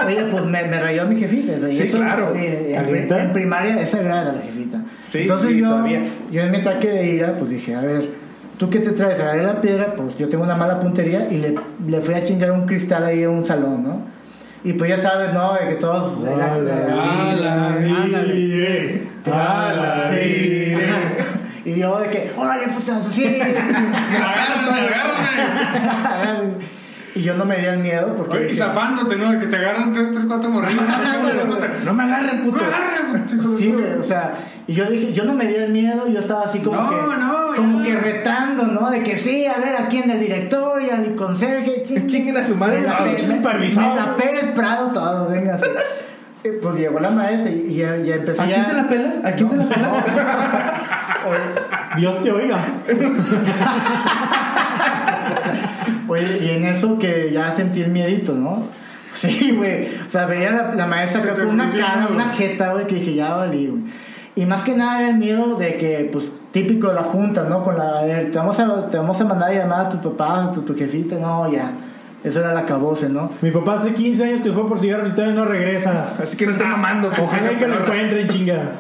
C: Oye, pues me, me rayó mi jefita. me rayó
B: Sí,
C: todo.
B: claro.
C: Oye, En,
A: ¿Calienta?
C: en primaria es sagrada la jefita.
B: Sí,
C: Entonces
B: sí,
C: yo,
B: todavía.
C: yo en mi ataque de ira, pues dije, a ver, ¿tú qué te traes? Agarré la piedra, pues yo tengo una mala puntería y le, le fui a chingar un cristal ahí en un salón, ¿no? Y pues ya sabes, ¿no? De que todos... de la- de la- ándale. Sí. Ajá. [laughs] Y yo de que, órale puta,
B: [laughs]
C: sí.
E: Agárrame, agárrame.
C: [laughs] y yo no me di el miedo porque...
E: Oye, y
C: dije, "Ah,
E: zafándote, ¿no? De que te agarran tres, tres, cuatro morrillos.
B: No me agarren,
E: No
B: puto.
E: me agarren, chicos.
C: Sí, güey, o sea, y yo dije, yo no me dio el miedo, yo estaba así como
E: No,
C: que
E: no,
C: como
E: ya.
C: que retando, ¿no? De que sí, a ver a quién el director y al conserje, ching-
B: [laughs] Chinguen a su madre,
C: me la
B: no,
C: Pérez-
B: chinguen supervisor.
C: me la Pérez Prado todo, venga.
B: [laughs]
C: pues llegó la maestra y y ya, ya empecé
B: ¿A
C: ya-
B: quién se la pelas? ¿A quién se la
A: [laughs]
B: pelas?
A: Dios te oiga.
C: Oye, y en eso que ya sentí el miedito, ¿no? [laughs] Sí, güey. O sea, veía la, la maestra
E: Se
C: acá
E: te
C: con una
E: frunció el
C: cara,
E: miedo.
C: una jeta, güey, que dije, ya valí, güey. Y más que nada era el miedo de que, pues, típico de la junta, ¿no? Con la, a ver, te vamos a, te vamos a mandar a llamar a tu papá, a tu, tu jefita, no, ya. Eso era la caboce, ¿no?
A: Mi papá hace 15 años que fue por cigarros y todavía no regresa.
B: Así que no esté mamando.
A: Ojalá y que lo encuentren, chinga.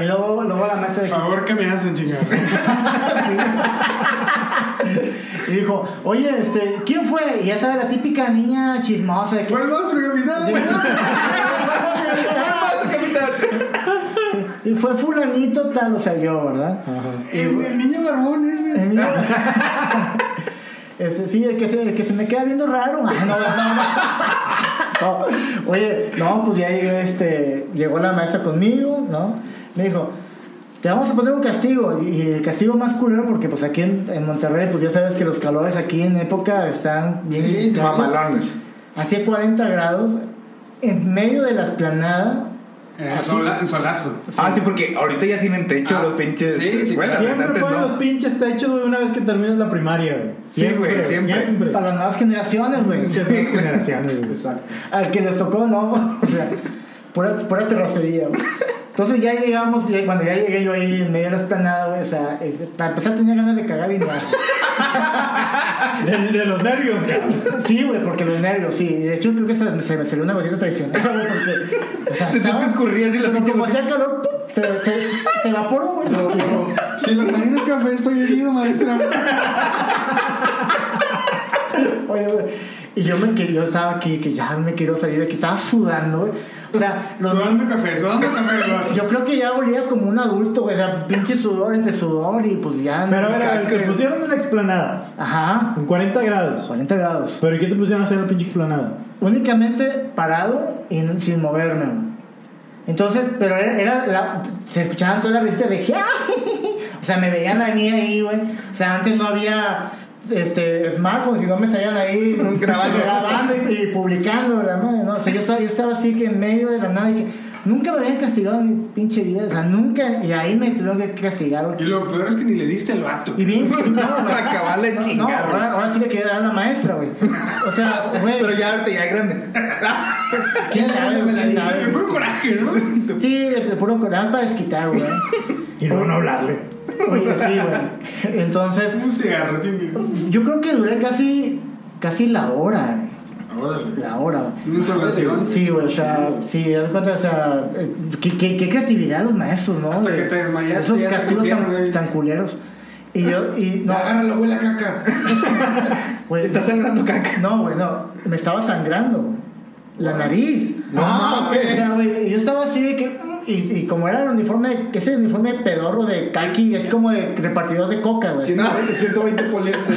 C: Y luego, luego la maestra
E: Por
C: de que-
E: favor, que me hacen chingados.
C: "Ah, [laughs] y dijo, oye, este, ¿quién fue? Y ya sabe, la típica niña chismosa. de que- [laughs]
E: Fue el monstruo capitán, güey. [laughs]
C: Y fue fulanito tal, o sea, yo, ¿verdad?
E: Ah. El, el niño barbón ese.
C: [laughs] Este, sí, el que, se, el que se me queda viendo raro. Ah, no, no, no. No, Oye, no, pues ya llegué, este, llegó la maestra conmigo, ¿no? Me dijo, te vamos a poner un castigo. Y, y el castigo más culero, porque pues aquí en, en Monterrey, pues ya sabes que los calores aquí en época están bien.
E: Sí, sí,
C: gachos.
B: Mamalones.
C: Hacía 40 grados, en medio de la esplanada.
E: Eh, sola- solazo.
B: Ah, sí, porque ahorita ya tienen techo
E: Ah,
B: los pinches.
E: sí, sí,
B: bueno,
E: claro.
B: antes
A: Siempre ponen
B: no.
A: los pinches techos, güey, una vez que terminas la primaria, güey.
B: Sí, güey, siempre.
A: siempre.
C: Para las nuevas generaciones, güey.
A: Pinches nuevas generaciones, güey.
D: Exacto.
C: Al que les tocó, no. [laughs] O sea, pura, pura terracería. güey. Entonces ya llegamos, y cuando ya llegué yo ahí en medio de la esplanada, güey, o sea, es- para empezar tenía ganas de cagar y nada. [laughs]
A: De, de los nervios, cabrón.
C: Sí, güey, porque los nervios, sí. De hecho, creo que se, se me salió una gotita tradicional, güey, porque, o sea,
B: Se [laughs] te
C: estaba-
B: hace escurrir así la
A: [laughs]
C: pero
B: pinche
C: como hacía calor, ¡pum! se, se, se evaporó, güey.
F: Si lo imaginas café, estoy herido, maestra.
C: Oye, güey, Y yo me que yo estaba aquí, que ya me quiero salir de aquí, estaba sudando, güey. O sea, los,
E: Sudando café, sudando café. lo hace.
C: Yo creo que ya volía como un adulto, güey. O sea, pinche sudor entre sudor y pues ya.
A: Pero a ver, a ver, te
B: Cacre.
A: pusieron en la explanada,
C: Ajá, Pues,
A: en 40 grados.
C: 40 grados.
A: Pero ¿y ¿qué te pusieron a hacer en la pinche explanada?
C: Únicamente parado y n- sin moverme, güey. Entonces, pero era, era la, se escuchaban todas las risitas de ¡Ah! [laughs] O sea, me veían a mí ahí, güey. O sea, antes no había este smartphones y no me estarían ahí
B: [laughs] Grabando.
C: grabando y, y publicando, la madre, ¿no? O sea, yo estaba, yo estaba así que en medio de la nada dije, nunca me habían castigado en mi pinche vida. O sea, nunca. Y ahí me tuvieron que castigar, güey.
E: Y lo peor es que ni le diste al vato.
B: [laughs]
C: Y bien indignado, güey.
B: Para acabarle
C: No,
B: chingado.
C: No, ahora, ahora sí le quería dar a la maestra, güey. O sea, güey.
B: Pero ya ahorita ya es grande.
C: ¿Quién sabe?
E: Me la
C: ¿Quién
E: diste.
C: sabe?
E: Me puro coraje, [laughs] ¿no?
C: Sí, de de puro corazón para desquitar, güey.
A: Y luego no hablarle.
C: Oye, sí, güey. Entonces,
E: Un cigarro, chingue.
C: yo creo que duré casi, casi la hora,
E: Órale.
C: güey. La hora, güey.
E: Un solación.
C: Sí, güey, o sea, sí, haz de cuenta, o sea, eh, qué, qué- qué creatividad los maestros, ¿no?
E: Hasta
C: De-
E: que te desmayaste,
C: Esos
E: ya te
C: castigos
E: pusieron,
C: tan,
E: güey.
C: tan culeros. Y yo, y
E: [laughs]
C: no,
D: No, agarra la abuela caca.
C: [laughs] güey,
B: Está sangrando caca.
C: No, güey, no. Me estaba sangrando. güey. La nariz.
B: Ah, ok.
C: O sea, güey, yo estaba así de que. mm, Y, y como era el uniforme, ese uniforme pedorro de kaki, es como de repartidor de coca, güey.
D: 120, 120 poliéster.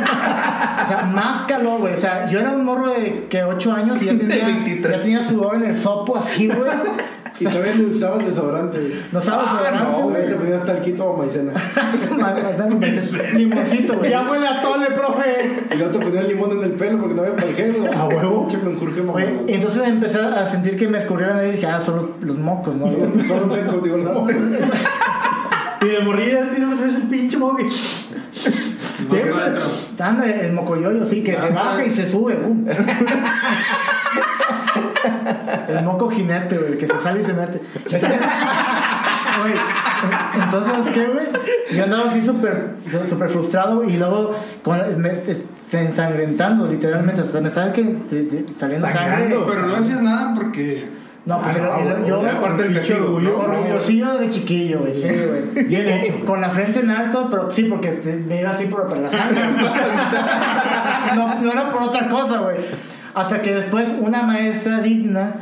C: O sea, más calor, güey. O sea, yo era un morro de que 8 años y ya tenía,
B: 23.
C: ya tenía sudor en el sopo así, güey. O
D: Y
C: sea,
D: todavía le usabas desodorante. güey.
C: no sabes
B: Ah, no,
C: [laughs]
D: Todavía
C: güey.
D: te ponías talquito o maicena.
C: Más- más- más- Limoncito, güey.
A: Ya huele a tole, profe.
D: Y luego te ponías limón en el pelo porque no había paljero.
A: ¿A huevo?
D: [laughs] Pinche menjurje
C: Güey,
D: mamón.
C: Entonces empecé a sentir que me escurría la nariz y dije, ah, son los, los mocos, ¿no?
D: Solo- Solo me contigo el nombre.
A: Y de morrida es que no es un pinche móvil.
E: Siempre. Vato.
C: Anda, el mocoyoyo, sí, que se baja y se sube, boom. El moco jinete, güey, el que se sale y se mete. Güey, Entonces, ¿sabes ¿qué, güey? Yo andaba así súper súper frustrado y luego como me, es- ensangrentando, literalmente. O sea, me estaba que, saliendo
A: Sangrando.
C: sangre.
F: Pero no hacías nada porque.
C: No, pues era- era- yo
A: güey, aparte el
C: pinche
A: castigo,
C: orgullo-
A: ¿no?
C: orgullosillo de chiquillo, güey. sí, güey.
A: Bien hecho, güey.
C: Con la frente en alto, pero sí, porque te- me iba así por, por la sangre. no, [laughs] no era por otra cosa, güey. Hasta que después una maestra digna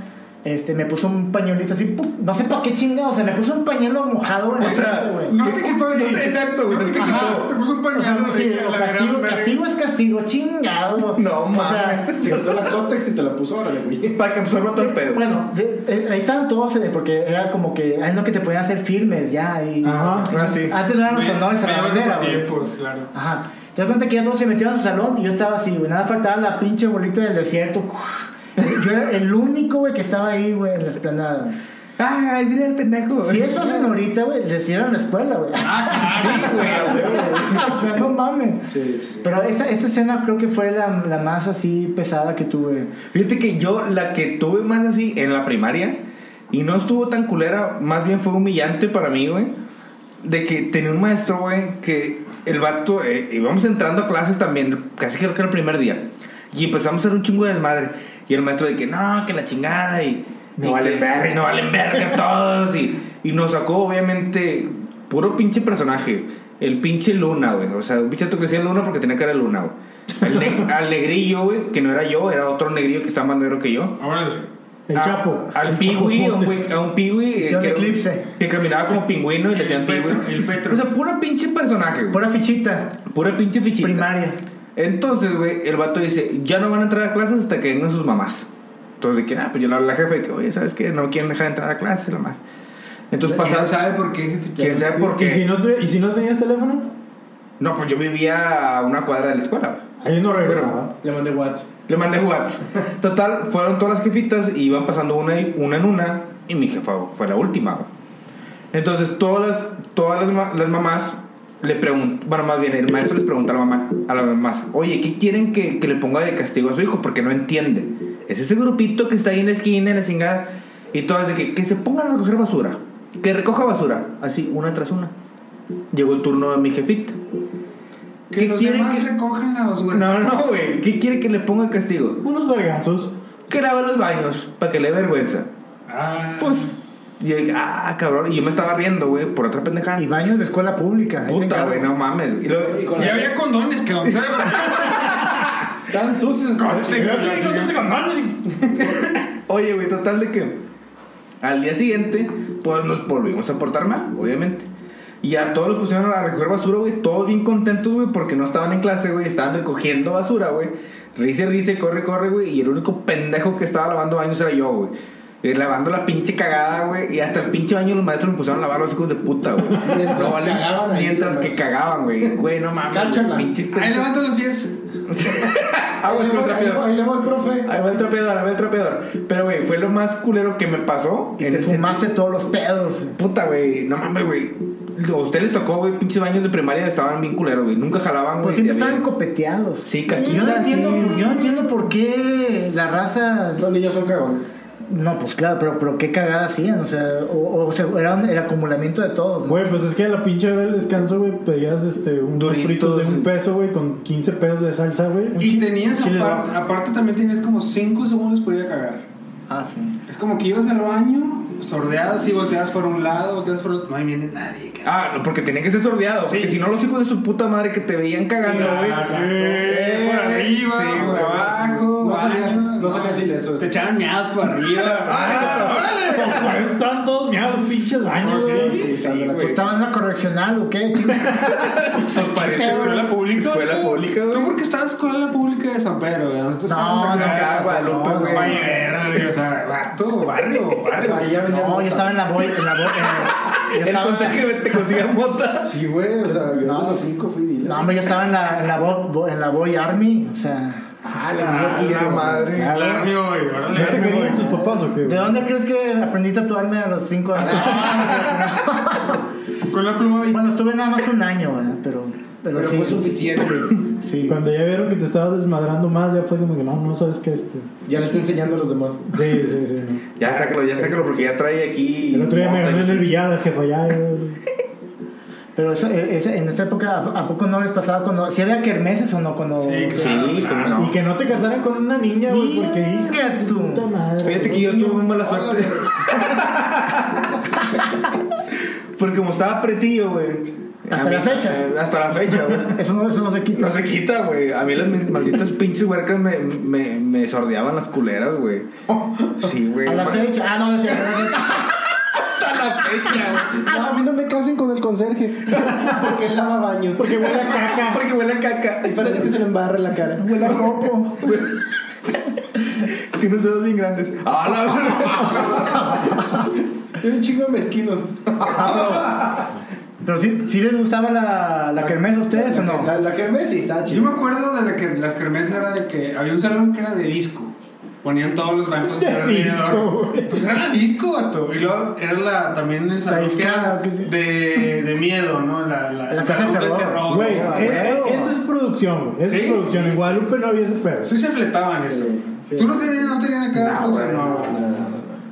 C: este, me puso un pañuelito así, ¡pum! no sé para qué chingado, o sea, me puso un pañuelo mojado en la frente, güey.
F: [laughs] No te quitó de ahí.
B: Exacto, güey, no
F: No te
B: te
F: quitó.
B: quitó.
F: Te puso un
C: O sea,
F: pañuelo.
C: sí,
F: de
C: o
F: la
C: castigo,
F: gran verga.
C: castigo es castigo, chingado.
B: No
C: O sea,
B: mames.
D: Se quitó la cótex y te la puso ahora, güey.
B: Para que absorba todo el pedo.
C: Bueno, de- eh, ahí estaban todos, eh, porque era como que es lo que te podían hacer firmes ya. Y,
A: Ajá,
C: o sea,
B: ah, sí.
C: Antes no eran los honores a la
F: Me- me
C: bandera,
F: llevan
C: güey.
F: tiempos, claro.
C: Ajá. Te das cuenta que ya todos se metían a su salón y yo estaba así, güey. Nada faltaba la pinche bolita del desierto. [laughs] Yo era el único, güey, que estaba ahí, güey, en la esplanada.
B: Ay, mira el pendejo.
C: Si eso hacen ahorita, güey, les cierran la escuela, güey.
B: Sí, güey.
C: [laughs] o sea, no mames.
D: Sí, sí, sí.
C: Pero esa, esa escena creo que fue la, la más así pesada que tuve.
B: Fíjate que yo la que tuve más así en la primaria y no estuvo tan culera, más bien fue humillante para mí, güey. De que tenía un maestro, güey, que el vato, eh, íbamos entrando a clases también, casi creo que era el primer día. Y empezamos a hacer un chingo de desmadre. Y el maestro de que no, que la chingada y.
A: No
B: y
A: valen
B: que-
A: verga.
B: y no valen verga todos. Y, y nos sacó, obviamente, puro pinche personaje. El pinche Luna, güey. O sea, un pinche vato que decía Luna porque tenía cara de Luna, güey. El ne- al negrillo, güey, que no era yo, era otro negrillo que estaba más negro que yo.
F: Órale.
A: El
B: A-
A: Chapo.
B: Al
A: El Chapo
B: Piwi, a un
A: Montes.
B: güey- a un Piwi. eh,
C: Hicieron
B: que-
C: Eclipse.
B: Que caminaba como pingüino y le
F: El
B: decían Piwi.
F: Petro, el Petro.
B: O sea, puro pinche personaje, güey.
C: Pura fichita,
B: Pura pinche fichita.
C: primaria.
B: Entonces, güey, el vato dice, ya no van a entrar a clases hasta que vengan sus mamás. Entonces, de que, ah, pues yo le hablo a la jefe, que, oye, ¿sabes qué? No me quieren dejar entrar a clases, la madre. Entonces
F: ¿Quién
B: pasaba,
F: sabe por qué? jefe?
B: quién sabe por
A: ¿Y si,
B: qué.
A: no te- ¿Y si no tenías teléfono?
B: No, pues yo vivía a una cuadra de la escuela, güey.
A: Ahí no regresaba.
D: Le mandé WhatsApp.
B: Le mandé WhatsApp. Total, fueron todas las jefitas y iban pasando una, y- una en una y mi jefa fue la última. güey. Entonces todas las, todas las, ma- las mamás le preguntan, bueno, más bien el maestro les pregunta a, la mamá, a las mamás, oye, ¿qué quieren que, que le ponga de castigo a su hijo? Porque no entiende. Es ese grupito que está ahí en la esquina, en la chingada, y todas de que, que se pongan a recoger basura. Que recoja basura, así, una tras una. Llegó el turno de mi jefita.
F: Que
B: ¿Qué
F: los
B: quieren
F: demás
B: que-
F: recojan la basura.
B: No, no, güey. ¿Qué quiere que le ponga castigo?
A: Unos vergazos.
B: que lava los baños para que le dé vergüenza.
F: Ah.
B: Pues, y yo dije, ah, cabrón. Y yo me estaba riendo, güey, por otra pendejada.
C: Y baños de escuela pública. ahí te
B: Puta,
C: encargo.
B: güey, no mames. Y luego,
D: con
F: Ya había condones, que vamos [laughs] a
D: Tan sucios.
F: este
B: oye, güey, total de que al día siguiente, pues nos volvimos a portar mal, obviamente. Y a todos los pusieron a recoger basura, güey, todos bien contentos, güey, porque no estaban en clase, güey, estaban recogiendo basura, güey. Rice, rice, corre, corre, güey, y el único pendejo que estaba lavando baños era yo, güey. Eh, Lavando la pinche cagada, güey. Y hasta el pinche baño los maestros me pusieron a lavar los hijos de puta, güey.
D: [laughs] Mientras
B: No vale-
D: cagaban ahí,
B: Mientras
D: los
B: que
D: maestros.
B: cagaban, güey. Güey, no mames.
D: Cáchala.
B: Pinches
F: Ahí
B: pendejos.
F: levanto los pies.
B: Aguas con el trapeador.
D: Ahí le voy, profe.
B: Ahí va el trapeador, ahí va el trapeador. Pero, güey, fue lo más culero que me pasó.
C: Y
B: en
C: te
B: el sentido-
C: fumaste todos los pedos.
B: Puta, güey. No mames, güey. Lo- A ustedes les tocó, güey, pinches baños de primaria estaban bien culeros, güey. Nunca jalaban, güey.
C: Pues siempre
B: de
C: estaban
B: avión.
C: copeteados.
B: Sí,
C: yo, no
B: caquitas,
C: entiendo,
B: sí.
C: por- yo no entiendo por qué la raza.
D: Los niños son cagones.
C: No, pues claro, pero, pero qué cagada hacían. O sea, o, o sea, era un- el acumulamiento de todos. ¿no?
A: Güey, pues es que a la pinche hora del descanso, güey, pedías este, unos
B: Doritos,
A: fritos de un
B: sí.
A: peso, güey, con 15 pesos de salsa, güey. Un
F: Y
A: chi-
F: tenías,
A: chile
F: aparte,
A: dog.
F: aparte también tenías como 5 segundos para ir a cagar.
C: Ah, sí.
F: Es como que ibas al baño, sordeadas y volteabas por un lado, volteabas por otro. No ahí viene nadie. cabrón.
B: Ah, no, porque tenía que ser sordeado. Porque si no, los hijos de su puta madre que te veían cagando, güey.
A: Ah,
F: Eh, por arriba,
B: Sí,
F: por
B: güey.
F: abajo.
D: No salías-
F: salías
D: no salías ileso, eso.
F: Te echaban meadas por
B: Ah,
F: arriba.
A: Pues, por Ah, eso estaban todos meados los pinches baños, güey.
D: están de la
C: ¿Tú estabas en la correccional o qué? chinga?
F: Parece escuela pública.
B: Escuela pública, güey.
F: Tú porque estabas en escuela pública de San Pedro, güey. Nosotros estábamos
C: No,
F: acá
C: no,
F: en
B: acá,
F: casa,
B: Guadalupe,
F: no,
B: güey.
F: Valle Verde, o sea, vato, barrio,
D: O sea, ahí
F: barrio.
D: ya venía
C: No,
D: mota.
C: yo estaba en la boy. En la boy en-
B: [laughs]
C: yo
B: El
C: estaba-
B: consejo que te consigan mota.
D: Sí, güey, o sea, yo desde los cinco fui dealer.
C: No, hombre, yo estaba en la, en la, bo- bo- en la boy army. O sea,
D: Ah,
B: Ah,
D: mía,
B: la madre.
F: Al barrio, güey,
A: ¿No te
F: órale.
A: querían tus papás o qué?
C: ¿de
A: güey?
C: dónde crees que aprendí a tatuarme a los 5 años?
F: Con la pluma de
C: bueno, estuve nada más un año, ¿verdad? Pero, pero,
D: Pero
C: sí.
D: fue suficiente.
C: Sí.
A: Cuando ya vieron que te estabas desmadrando más, ya fue como que no, no sabes qué este.
D: Ya le está enseñando a los demás.
A: Sí, sí, sí. no.
B: Ya sácalo, ya sácalo, porque ya trae aquí.
A: El otro día me
B: mota
A: gané
B: y-
A: en el billar, jefa, ya. ya.
C: Pero eso, e- ese- en esa época, ¿a, a poco no les pasaba cuando... Si había kermeses o no cuando...
E: Sí,
B: Sí, cómo no.
A: Y que no te casaran con una niña, güey, porque hija
C: Mira
A: de
C: tú.
A: tu puta madre.
B: Fíjate que yo tuve muy mala suerte. [laughs] Porque como estaba pretillo, güey.
C: Hasta
B: a
C: la fecha.
B: eh, hasta la fecha, güey.
C: Eso no, eso no se quita.
B: No se quita, güey. A mí las mis- malditas pinches huercas me, me, me sordeaban las culeras, güey. Sí, güey.
C: A la
B: Hasta
C: fecha. Ah, no, es cierto, no, es cierto.
B: la fecha, güey.
D: No, a mí no me casen con el conserje. [laughs] Porque él lava baños.
A: Porque huele a caca.
B: Porque huele a caca.
D: Y parece que se le embarra la cara.
C: Huele a ropo.
B: Tiene los dedos bien grandes. ¡Ah, la verga!
D: Tiene un chingo de mezquinos.
C: Pero sí, sí les gustaba la, la kermés a ustedes o no?
D: La, la kermés sí está
F: Yo
D: chido.
F: me acuerdo de la que las kermesas era de que había un salón que era de disco. Ponían todos los bancos
A: De
F: alrededor.
A: disco, güey.
F: Pues era la disco, vato. Y luego era la, también el salón que
C: discada,
F: era
C: ¿o qué es?
F: de, de miedo, ¿no? La, la,
C: La
F: el
C: casa de
F: salón del Ah,
C: terror.
A: Güey,
F: ¿no?
A: eh, eh,
C: huevo.
A: eso es producción, güey. Eso
F: Sí,
A: es producción.
F: sí.
A: En Guadalupe no había ese pedo.
F: Sí se fletaban eso. ¿Tú no tenías, no tenían acá?
B: No,
F: o sea,
B: güey,
F: no.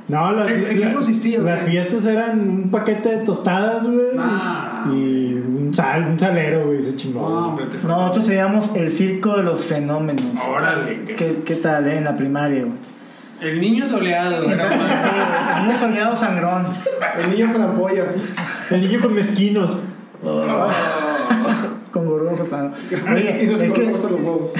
A: No, las,
F: ¿En- en qué
A: la-
F: consistía, güey?
A: las fiestas eran un paquete de tostadas, güey.
F: Ah.
A: Y un sal, un salero, güey, ese chingón.
F: No,
A: güey.
F: hombre, te
C: Nosotros teníamos el circo de los fenómenos.
F: Órale, que-
C: ¿Qué, qué tal, eh? En la primaria, güey.
F: El niño soleado.
C: [laughs]
F: era más-
C: Un soleado sangrón.
D: El niño con ampollas.
A: El niño con mezquinos.
C: Con gorgojos. ah, no. Oye,
D: [laughs] Y nos
C: es que-
D: colgamos a los huevos.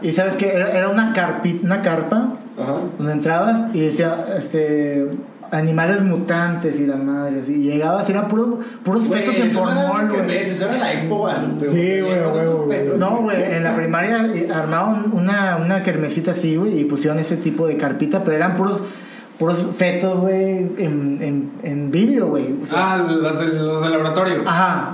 C: y sabes que era, era una, carpi- una carpa
D: Ajá.
C: donde entrabas y decía, este, animales mutantes y la madre. así. Y llegabas y eran puros, puros fetos
D: Güey,
C: en
D: eso no era
C: formol,
D: la kermés,
C: güey.
D: eso era la expo Guadalupe.
A: Sí, güey,
D: Nosotros
A: huevo, güey.
D: pedos.
C: No, güey, en la primaria eh, armaron una, una kermesita así, güey, y pusieron ese tipo de carpita, pero eran puros, puros fetos, güey, en, en, en vidrio, güey. O sea,
F: Ah, los de, los del laboratorio.
D: Ah.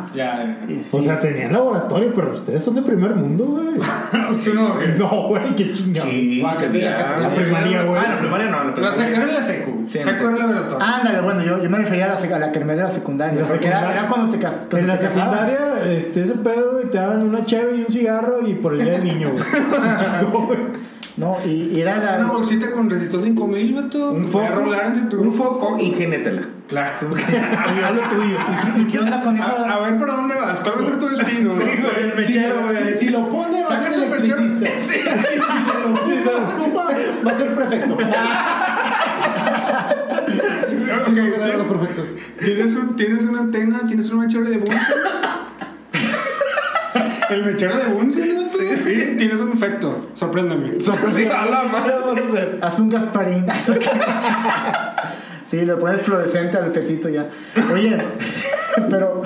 C: Ajá.
F: Ya,
C: Y
A: O
C: sí.
A: sea, tenían laboratorio, pero ustedes son de primer mundo, güey.
F: ya. Sí, no, eh, que-
A: no, güey, qué chingado.
D: Guacatela,
A: La primaria, güey.
B: Ah, la primaria no, la
F: La
B: primaria.
F: secu era la secu.
B: Sí,
F: secu era el laboratorio.
C: Ándale, bueno, yo, yo me refería a la, sec- a la kermés de la secundaria.
A: La
C: porque era-
A: secundaria.
C: Era, cuando te cas- cuando
A: En la
C: te casabas.
A: secundaria, este, ese pedo, güey, te daban una cheve y un cigarro y por el día del niño, güey. Ese chingón, güey.
C: No, y, y era la.
F: Una bolsita con resistó 5000, vato.
B: Un
F: Voy a
B: foco.
F: rolar ante tu-
B: Un foco, ingénetela.
F: Claro.
A: Y haz lo tuyo.
C: ¿Y, y qué onda con eso?
F: A, a ver, ¿para dónde vas? ¿Cuál va a ser tu destino?
B: Sí, güey, el mechero, güey.
D: Si, si lo pone, va a ser
F: Sacas el mechero.
D: electricista.
A: [laughs]
D: Si se lo si se lo fuma, va a ser prefecto.
F: Sí,
D: Sí, no, eran los perfectos.
F: ¿Tienes, un, tienes una antena, tienes un mechero
B: [laughs]
F: de Bunsen. El mechero de Bunsen, ¿no? Sí, sí, [laughs] tienes un efecto. Sorpréndeme.
B: Sí, a la madre.
C: Haz un Gasparín. [laughs] Haz un- sí, le pones fluorescente al fetito ya. Oye, pero.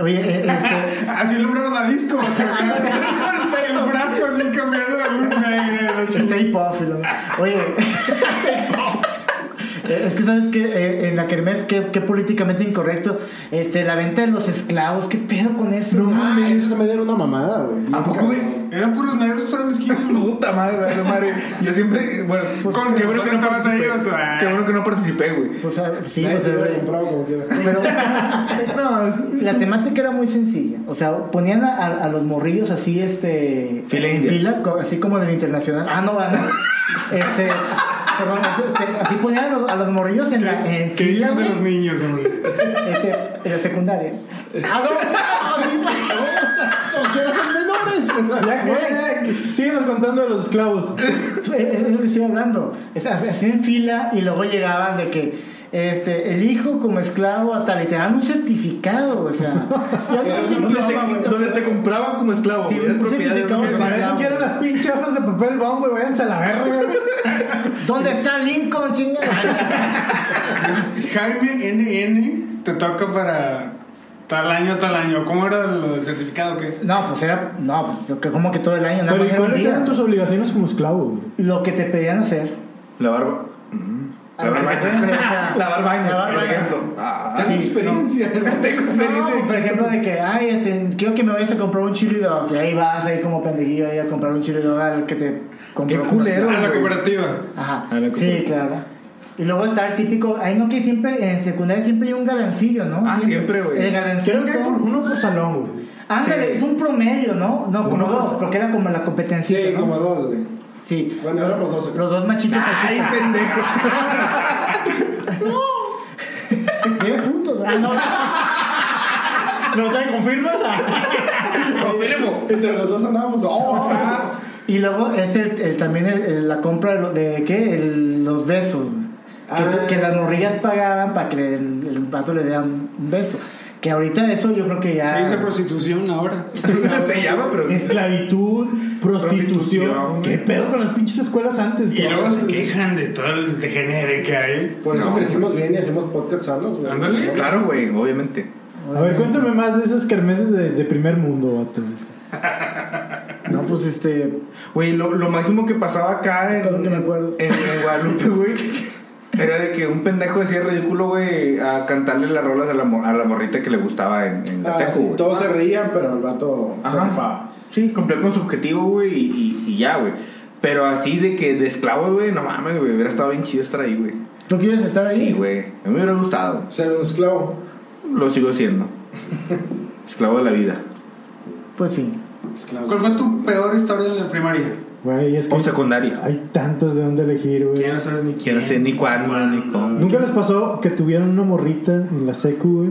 C: Oye, eh, este.
F: Así nombramos la disco. El frasco así cambiando la luz negra.
D: [laughs]
F: la chingada.
C: Stay este, puff. y lo- Oye. [laughs] Eh, Es que sabes que en la kermés que, que políticamente incorrecto, este, la venta de los esclavos, qué pedo con eso.
D: No mames, Ah, eso también era una mamada, güey.
B: ¿A poco, güey?
F: Eran puros negros, ¿sabes quién?
B: Puta madre, madre, madre. Yo siempre, bueno, con, qué bueno que no
F: estabas ahí,
B: participé.
F: vato. Ah.
B: Qué bueno que no participé, güey.
C: Pues ah, sí,
D: Nadie
C: o
D: se
C: sea,
D: hubiera
C: eh,
D: comprado como quiera.
C: pero
B: No,
C: la temática era muy sencilla. O sea, ponían a, a- a los morrillos así, este,
B: Fila
C: en
B: india.
C: fila, co- así como en el internacional. Ah, no, van. Este, perdón, es- este, así ponían a los, a los morrillos en la en
F: ¿Qué
C: fila,
F: hijos de
C: güey,
F: los niños, hombre?
C: este, en la
F: [laughs]
C: secundaria. Ah, no, no, sí,
D: Como quiera son menores, güey.
A: Ya, ya, ya. Síguenos contando de los esclavos.
C: Eh, eh, Es lo que estoy hablando. Es- hace- Hacían fila y luego llegaban de que este, el hijo como esclavo hasta literal un certificado, o
F: [laughs]
C: sea. y había un
B: donde
C: diploma, güey.
B: te, donde te compraban como esclavo.
C: Sí,
B: güey, eras
C: un
B: propiedad de
C: certificado
B: una
C: de
A: Para
B: persona.
A: eso quieren las pinches hojas de papel bomb, güey. Váyanse a la verga, güey.
C: ¿Dónde está Lincoln, chingada?
F: Jaime NN te toca para tal año, tal año. ¿Cómo era el, el certificado que?
C: No, pues era. No, pues yo que como que todo el año. nada
A: Pero ¿y
C: más era un
A: cuáles
C: día.
A: eran tus obligaciones como esclavo, güey?
C: Lo que te pedían hacer.
B: La barba. Lavar baños.
C: O sea,
B: Lavar baños,
C: lavar
B: por
C: baños.
B: ejemplo. Ah,
C: Sí,
B: experiencia. Tengo
C: No, por
B: experiencia.
C: ejemplo, de que, ay, este, quiero que me vayas a comprar un chili dog. Y ahí vas, ahí como pendejillo, ahí a comprar un chili dog al que te compró.
B: Qué
C: como
B: culero,
F: Ah, la
B: güey.
F: cooperativa.
C: Ajá.
B: A la
C: Sí, claro. Y luego está el típico, ahí no que siempre en secundaria siempre hay un galancillo, ¿no?
B: Ah, siempre, güey.
C: El galancillo.
A: Creo que hay por uno por salón, güey.
C: Ándale,
B: Sí.
C: es un promedio, ¿no? No,
A: Sí,
C: como
A: uno por-
C: dos, porque era como la
D: Sí,
C: competencia. ¿no?
D: como dos, güey.
C: Sí.
D: Bueno, éramos doce.
C: Los dos machitos
B: ¡Ay,
C: aquí.
B: pendejo!
C: Bien puntos, ¿verdad?
A: ¿No
C: No,
D: [laughs]
A: te confirmas?
B: [laughs] Confirmo.
D: Entre los dos andábamos. ¡Oh!
C: Y luego es el, el- también el- el- la compra de, lo- de ¿qué? El- los besos. güey.
D: Ah.
C: Que, que las morrillas pagaban para que le- el, vato le diera un un beso. Que ahorita eso yo creo que ya...
F: Se dice prostitución ahora.
B: Se llama, pero.
A: Esclavitud, prostitución.
B: Prostitución,
A: ¿Qué
B: güey.
A: pedo con las pinches escuelas antes?
E: [laughs] Y
A: cabrón?
E: luego se quejan de todo el degenere que hay.
D: Por eso
B: No.
D: crecimos bien y hacemos podcasts sanos, güey.
E: Ándale.
B: Claro, güey, obviamente.
A: A ver, cuéntame más de esos kermeses de, de primer mundo, vato.
C: No, pues este...
B: Güey, lo, lo máximo que pasaba acá en,
C: Todo lo que me acuerdo.
B: en, en Guadalupe, güey, era de que un pendejo decía ridículo, güey, a cantarle las rolas a la, mo- a la morrita que le gustaba en, en la
D: Ah,
B: secu,
D: sí,
B: güey.
D: todos se reían, pero el vato se
B: Ajá.
D: rifaba.
B: Sí, cumplió con su objetivo, güey, y, y- y ya, güey. Pero así de que de esclavos, güey, no mames, güey, hubiera estado bien chido estar ahí, güey.
C: ¿Tú quieres estar ahí?
B: Sí, güey, a mí me hubiera gustado.
D: Ser un esclavo.
B: Lo sigo siendo. Esclavo de la vida.
C: Pues sí.
D: Esclavo.
F: ¿Cuál fue tu peor historia en la primaria?
A: Güey, es que
B: O secundaria.
A: hay tantos de dónde elegir, güey.
E: Pues Ya no sabes ni
B: Ya
E: quién.
B: no sé ni cuándo, ni cómo.
A: ¿Nunca les pasó que tuvieron una morrita en la secu, güey?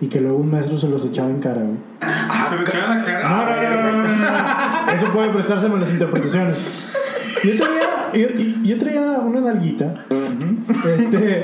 A: Y que luego un maestro se los echaba en cara, güey.
E: Ah,
F: Se me echaba la cara.
A: No, no, no, no, no, no. Eso puede prestarse a las interpretaciones. Yo traía, yo, y- yo traía una nalguita. Este.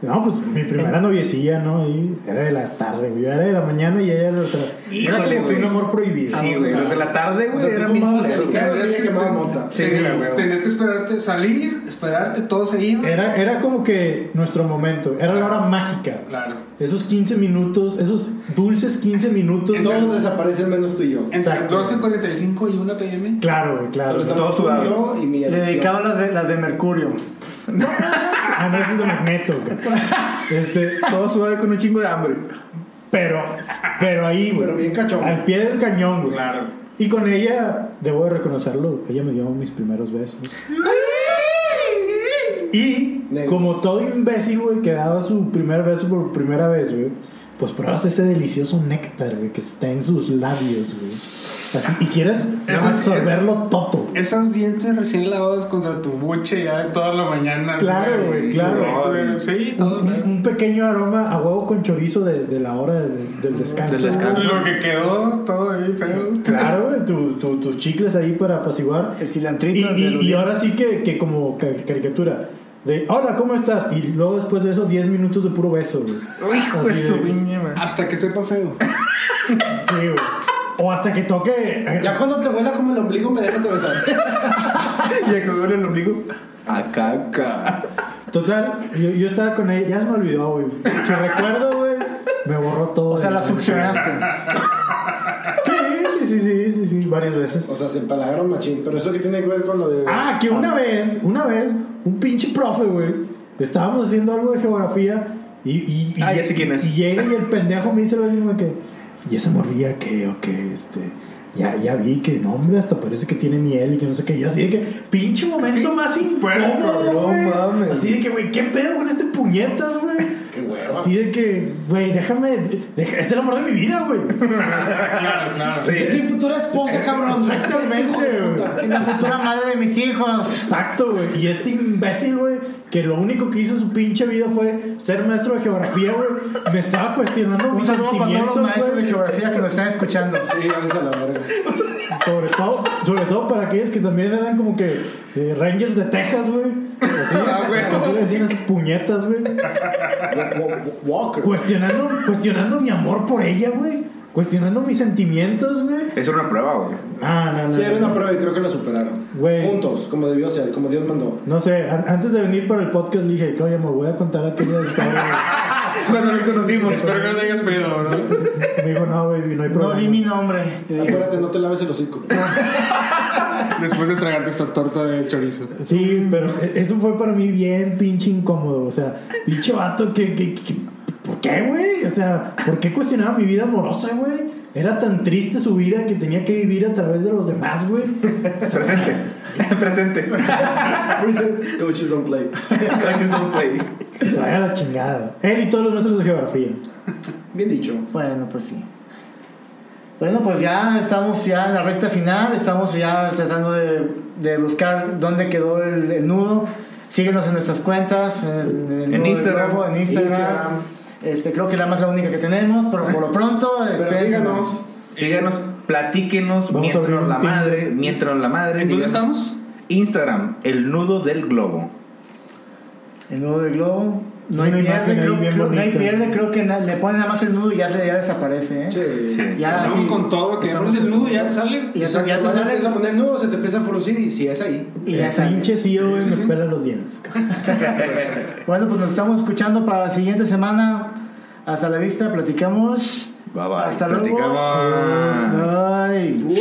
A: No, pues mi primera noviecilla, ¿no? Y era de la tarde, güey. Yo era de la mañana y ella era de la tarde. Era
B: Híjole,
A: como que un
B: güey.
A: amor prohibido.
B: Sí, güey, los de la tarde,
D: O
B: güey,
D: sea,
B: eran
D: tú
B: bien
D: fumabas
B: culeros,
D: de
B: güey.
D: cada día que
F: que-
D: quemaba mota.
B: Sí,
F: Tenías-
B: güey.
F: Tenías que esperarte, salir, esperarte, todos se iban.
A: Era, era como que nuestro momento. Era la hora mágica.
F: Claro.
A: Esos 15 minutos, esos dulces 15 minutos.
D: Todos desaparecen menos tú y yo.
F: Entre
A: Exacto.
F: 12.45 y 1 pm.
A: Claro, güey, claro.
D: Solo
B: todo
D: estamos tú y
B: sudado.
D: yo y mi
C: Le
D: elección.
C: dedicaba las de, las de
D: [laughs]
C: Mercurio.
A: Ah, no, ese es de Magneto, güey. Este,
B: Todo sudado y con un chingo de hambre.
A: pero, pero ahí, güey.
D: Pero bien cachón.
A: Al pie del cañón, güey.
F: Claro.
A: Y con ella, debo de reconocerlo, ella me dio mis primeros besos. Y
D: Negros.
A: como todo imbécil, güey, que daba su primer beso por primera vez, güey, pues pruebas ese delicioso néctar, güey, que está en sus labios, güey. Así, y quieres
F: Eso sí,
A: absorberlo todo. güey.
F: Esos dientes recién lavados contra tu buche ya de toda la mañana.
A: Claro, güey,
F: Y
A: claro.
F: sudor, Sí,
A: Un,
F: todo.
A: un-
F: claro.
A: un pequeño aroma a huevo con chorizo de, de la hora del- del descanso.
B: Del descanso.
F: Lo que quedó, todo ahí feo.
A: Claro, güey, tu- tu- tus chicles ahí para apaciguar.
C: El
A: Y,
C: cilantrito.
A: y-
C: de los
A: y
C: dientes.
A: ahora sí que, que como ca- caricatura. De, hola, ¿cómo estás? Y luego después de eso, 10 minutos de puro beso, güey.
B: Hijo de
C: Pues,
A: Así
B: su
A: de-
B: pinche madre.
F: Hasta que sepa feo.
A: Sí, güey. O hasta que toque. eh, [laughs]
D: Ya cuando te vuela como el ombligo me dejas de besar.
B: Y a que duele el ombligo. A caca.
A: Total, yo, yo estaba con ella. Ya se me olvidó, güey. Su recuerdo, güey. Me borró todo.
C: O sea, la
A: güey.
C: succionaste.
A: Sí, sí, sí, sí, sí, sí, varias veces.
D: O sea, se empalagaron machín. Pero eso que tiene que ver con lo de.
A: Ah, que una vez, una vez, un pinche profe, güey, estábamos haciendo algo de geografía y, y, y-
B: Ah, ya sé quién es.
A: y llega y el pendejo me dice lo mismo que, y esa morría que, o que, este, ya, ya vi que, no, hombre, hasta parece que tiene miel y que no sé qué, yo así de que, pinche momento más incómodo,
B: no
A: güey.
B: mames.
A: así de que, güey, ¿qué pedo con este puñetas, güey?
D: Qué hueva.
A: Así de que, güey, déjame, deja- es el amor de mi vida, güey.
F: Claro, claro.
D: Es mi futura esposa, cabrón.
A: Este
D: Hijo de
A: Exactamente,
D: puta.
A: güey.
C: Es una madre de mis hijos.
A: Exacto, güey. Y este imbécil, güey, que lo único que hizo en su pinche vida fue ser maestro de geografía, güey. Me estaba cuestionando
C: Un
A: mis
C: saludo para todos
A: sentimientos,
C: los maestros de
A: güey.
C: geografía que nos están escuchando.
D: Sí, gracias a la verga.
A: Sobre todo, sobre todo para aquellos que también eran como que eh, Rangers de Texas, güey.
C: [laughs]
A: Así,
C: Ah,
A: así le decían esas puñetas, güey.
D: Wa- wa- Walker.
A: Cuestionando, cuestionando mi amor por ella, güey. Cuestionando mis sentimientos, güey.
B: Eso era una prueba, güey.
A: Ah, no, no.
D: Sí, era
A: no.
D: una prueba y creo que la superaron.
A: Güey.
D: Juntos, como debió ser, como Dios mandó.
A: No sé, an- antes de venir para el podcast le dije, oye, me voy a contar aquella historia.
B: Cuando lo conocimos.
F: Espero que no tengas pedo, ¿verdad?
A: güey". Me dijo, no, baby, no hay
C: No
A: problema.
C: di mi nombre. Te dije.
D: Acuérdate, no te laves el hocico.
F: Después de tragarte esta torta de chorizo.
A: Sí, pero eso fue para mí bien pinche incómodo. O sea, pinche vato que... que- que- ¿Por qué, güey? O sea, ¿por qué cuestionaba mi vida amorosa, güey? Era tan triste su vida que tenía que vivir a través de los demás, güey.
B: Presente. [laughs]
D: [laughs]
B: Presente.
D: Coaches don't play.
B: Coaches don't play.
A: Que se vaya a la chingada. Él y todos los nuestros de geografía.
D: Bien dicho.
C: Bueno, pues sí. Bueno, pues ya estamos ya en la recta final, estamos ya tratando de, de buscar dónde quedó el, el nudo. Síguenos en nuestras cuentas, en, el
B: En
C: nudo del
B: Instagram.
C: globo, en Instagram.
D: Instagram.
C: Este, creo que la más la única que tenemos, pero por lo pronto,
D: Pero
C: espérense.
D: síganos.
B: Síganos, platíquenos,
A: Vamos a abrir
B: mientras
A: un
B: la
A: Tinder.
B: madre, mientras la madre.
E: ¿En dónde
B: díganos.
E: estamos?
B: Instagram, el nudo del globo.
C: El nudo del globo. No hay,
A: Una
C: pierde,
A: imagen ahí
C: creo,
A: bien
C: creo- no hay
A: bonita.
C: pierde, creo que na- le ponen nada más el nudo y ya, se- ya desaparece. ¿eh?
D: Che.
C: Ya,
E: Estamos
C: sí.
E: con todo, que
C: Estamos
E: abres el
C: con
E: nudo
C: todo.
E: ya te sale.
C: Y ya, te- ya
D: Exacto,
C: te
D: vas a
C: sale.
D: empieza a poner el nudo, se te empieza a fruncir y si es ahí.
C: Y ya
A: el
C: sale.
A: pinche CEO, güey, me pela los dientes. cabrón.
C: Bueno, pues nos estamos escuchando para la siguiente semana. Hasta la vista, platicamos.
B: Bye, bye.
C: Hasta
B: Platicamos.
C: luego. Bye.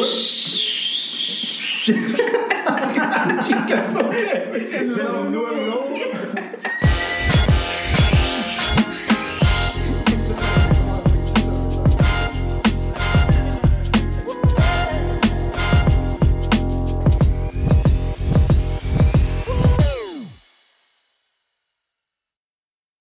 B: Chicas, ok.
A: el nudo del globo.